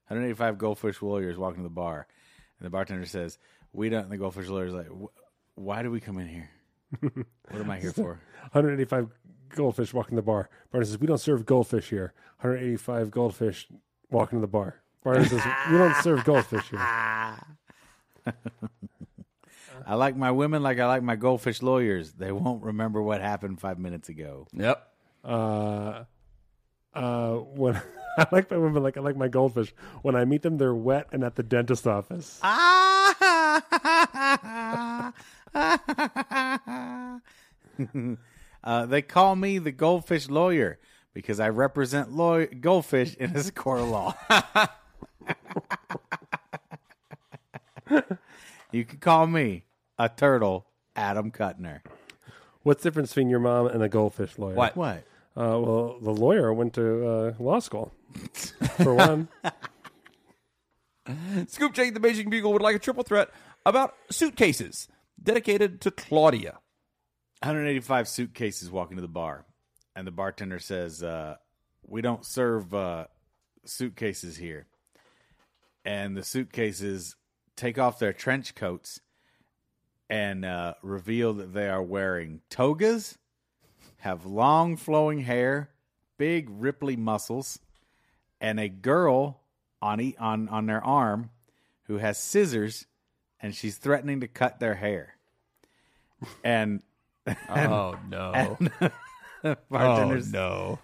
185 goldfish lawyers walking to the bar, and the bartender says, "We don't." And the goldfish lawyer's like, "Wh- "Why do we come in here? what am I here for?"
185 goldfish walking the bar. Barney says, "We don't serve goldfish here." 185 goldfish walking to the bar. Barney says, "We don't serve goldfish here."
I like my women like I like my goldfish lawyers. They won't remember what happened five minutes ago.
Yep.
Uh, uh, when I like my women like I like my goldfish. When I meet them, they're wet and at the dentist office.
Ah! uh, they call me the goldfish lawyer because I represent law- goldfish in his court of law. you can call me a turtle, Adam Cutner.
What's the difference between your mom and a goldfish lawyer?
What?
What?
Uh, well, the lawyer went to uh, law school for one.
Scoop Jake the Beijing Beagle would like a triple threat about suitcases dedicated to Claudia.
185 suitcases walking to the bar, and the bartender says, uh, "We don't serve uh, suitcases here." And the suitcases take off their trench coats and uh, reveal that they are wearing togas, have long flowing hair, big ripply muscles, and a girl on e- on on their arm who has scissors, and she's threatening to cut their hair. And
Oh no. Oh,
bartender
no.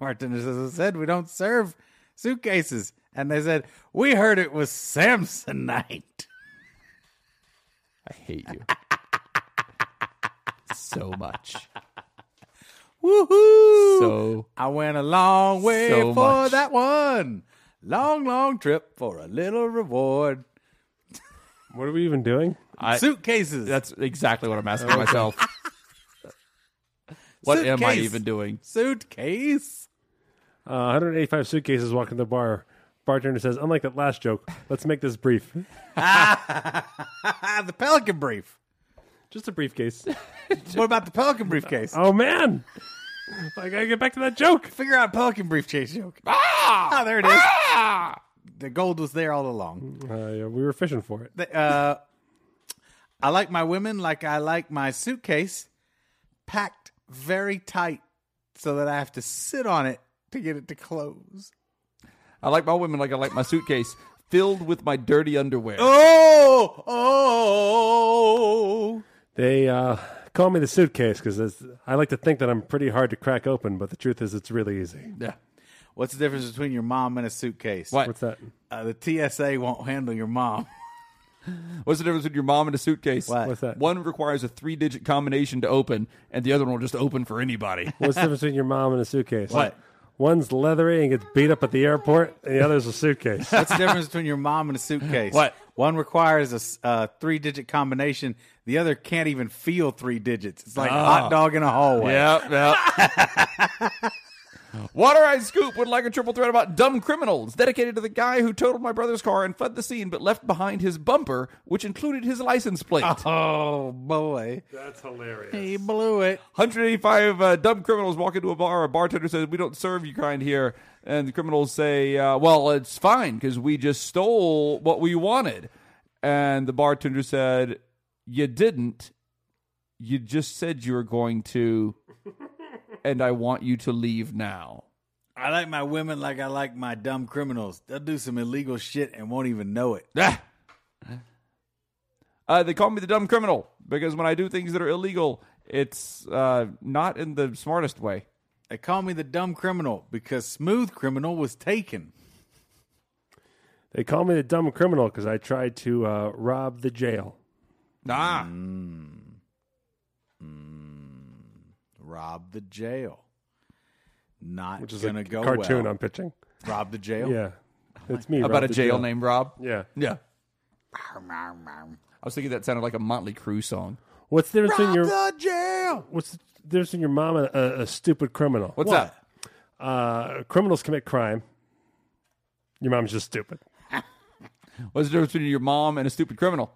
bartender says, "I said we don't serve suitcases, and they said, We heard it was Samsonite.
I hate you so much.
Woohoo!
So
I went a long way
So
for
much.
that one. Long, long trip for a little reward.
What are we even doing?
I-
Suitcases.
that's exactly what I'm asking myself. What am I
Suitcase.
even doing?
Suitcase.
Uh, 185 suitcases walk in the bar. Bartender says, unlike that last joke, let's make this brief.
Ah, the Pelican Brief.
Just a briefcase.
What about the Pelican Briefcase?
Oh, man. I gotta get back to that joke.
Figure out Pelican Briefcase joke. Ah, there it is.
Ah!
The gold was there all along.
Uh, yeah, we were fishing for it.
The, uh, I like my women like I like my suitcase, packed very tight so that I have to sit on it to get it to close.
I like my women like I like my suitcase filled with my dirty underwear.
Oh, oh.
They uh, call me the suitcase because I like to think that I'm pretty hard to crack open, but the truth is it's really easy.
Yeah.
What's the difference between your mom and a suitcase?
What?
What's that?
Uh, the TSA won't handle your mom.
What's the difference between your mom and a suitcase?
What? What's
that?
One requires a three digit combination to open, and the other one will just open for anybody.
What's the difference between your mom and a suitcase?
What?
One's leathery and gets beat up at the airport, and the other's a suitcase.
What's the difference between your mom and a suitcase?
What?
One requires a s- uh, three digit combination. The other can't even feel three digits. It's like hot dog in a hallway.
yep, yep. Water Eyed Scoop would like a triple threat about dumb criminals, dedicated to the guy who totaled my brother's car and fled the scene but left behind his bumper, which included his license plate.
Oh boy,
That's hilarious.
he blew it.
185 uh, dumb criminals walk into a bar. A bartender says, We don't serve you kind here. And the criminals say, uh, Well, it's fine because we just stole what we wanted. And the bartender said, You didn't. You just said you were going to. And I want you to leave now.
I like my women like I like my dumb criminals. They'll do some illegal shit and won't even know it.
Ah. Uh, they call me the dumb criminal because when I do things that are illegal, it's uh, not in the smartest way.
They call me the dumb criminal because smooth criminal was taken.
They call me the dumb criminal because I tried to uh, rob the jail.
Ah.
Mm. Rob the jail. Not
Which is
gonna
a
go
cartoon
well.
I'm pitching.
Rob the jail.
Yeah. It's me.
About
Rob
a
the
jail named Rob?
Yeah.
Yeah. I was thinking that sounded like a Motley Crue song.
What's the difference between your
The jail.
What's the difference between your mom and a, a stupid criminal?
What's
What?
that?
Uh, criminals commit crime. Your mom's just stupid.
What's the difference between your mom and a stupid criminal?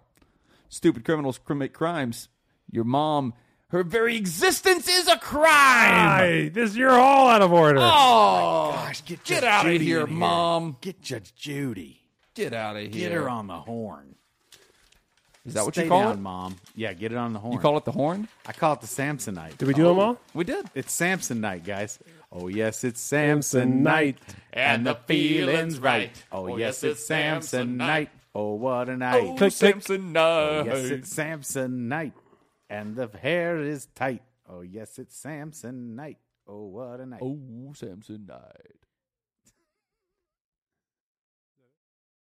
Stupid criminals commit crimes. Your mom, her very existence is a crime.
Hi, this you're all out of order.
Oh,
Gosh, get
get
Judge
out of
Judy
here,
in here.
mom.
Get Judge Judy.
Get out of here.
Get her on the horn.
Is that what
Stay
you call
down,
it?
mom? Yeah, get it on the horn.
You call it the horn?
I call it the Samsonite.
Did we do them all?
We did.
It's Samson night, guys. Oh yes, it's Samson night,
And the feeling's right.
Oh yes, it's Samson night. Oh what a
Oh,
night!
Samson, no.
Yes, it's Samson night, and the hair is tight. Oh yes, it's Samson night. Oh what a night!
oh, Samson, night.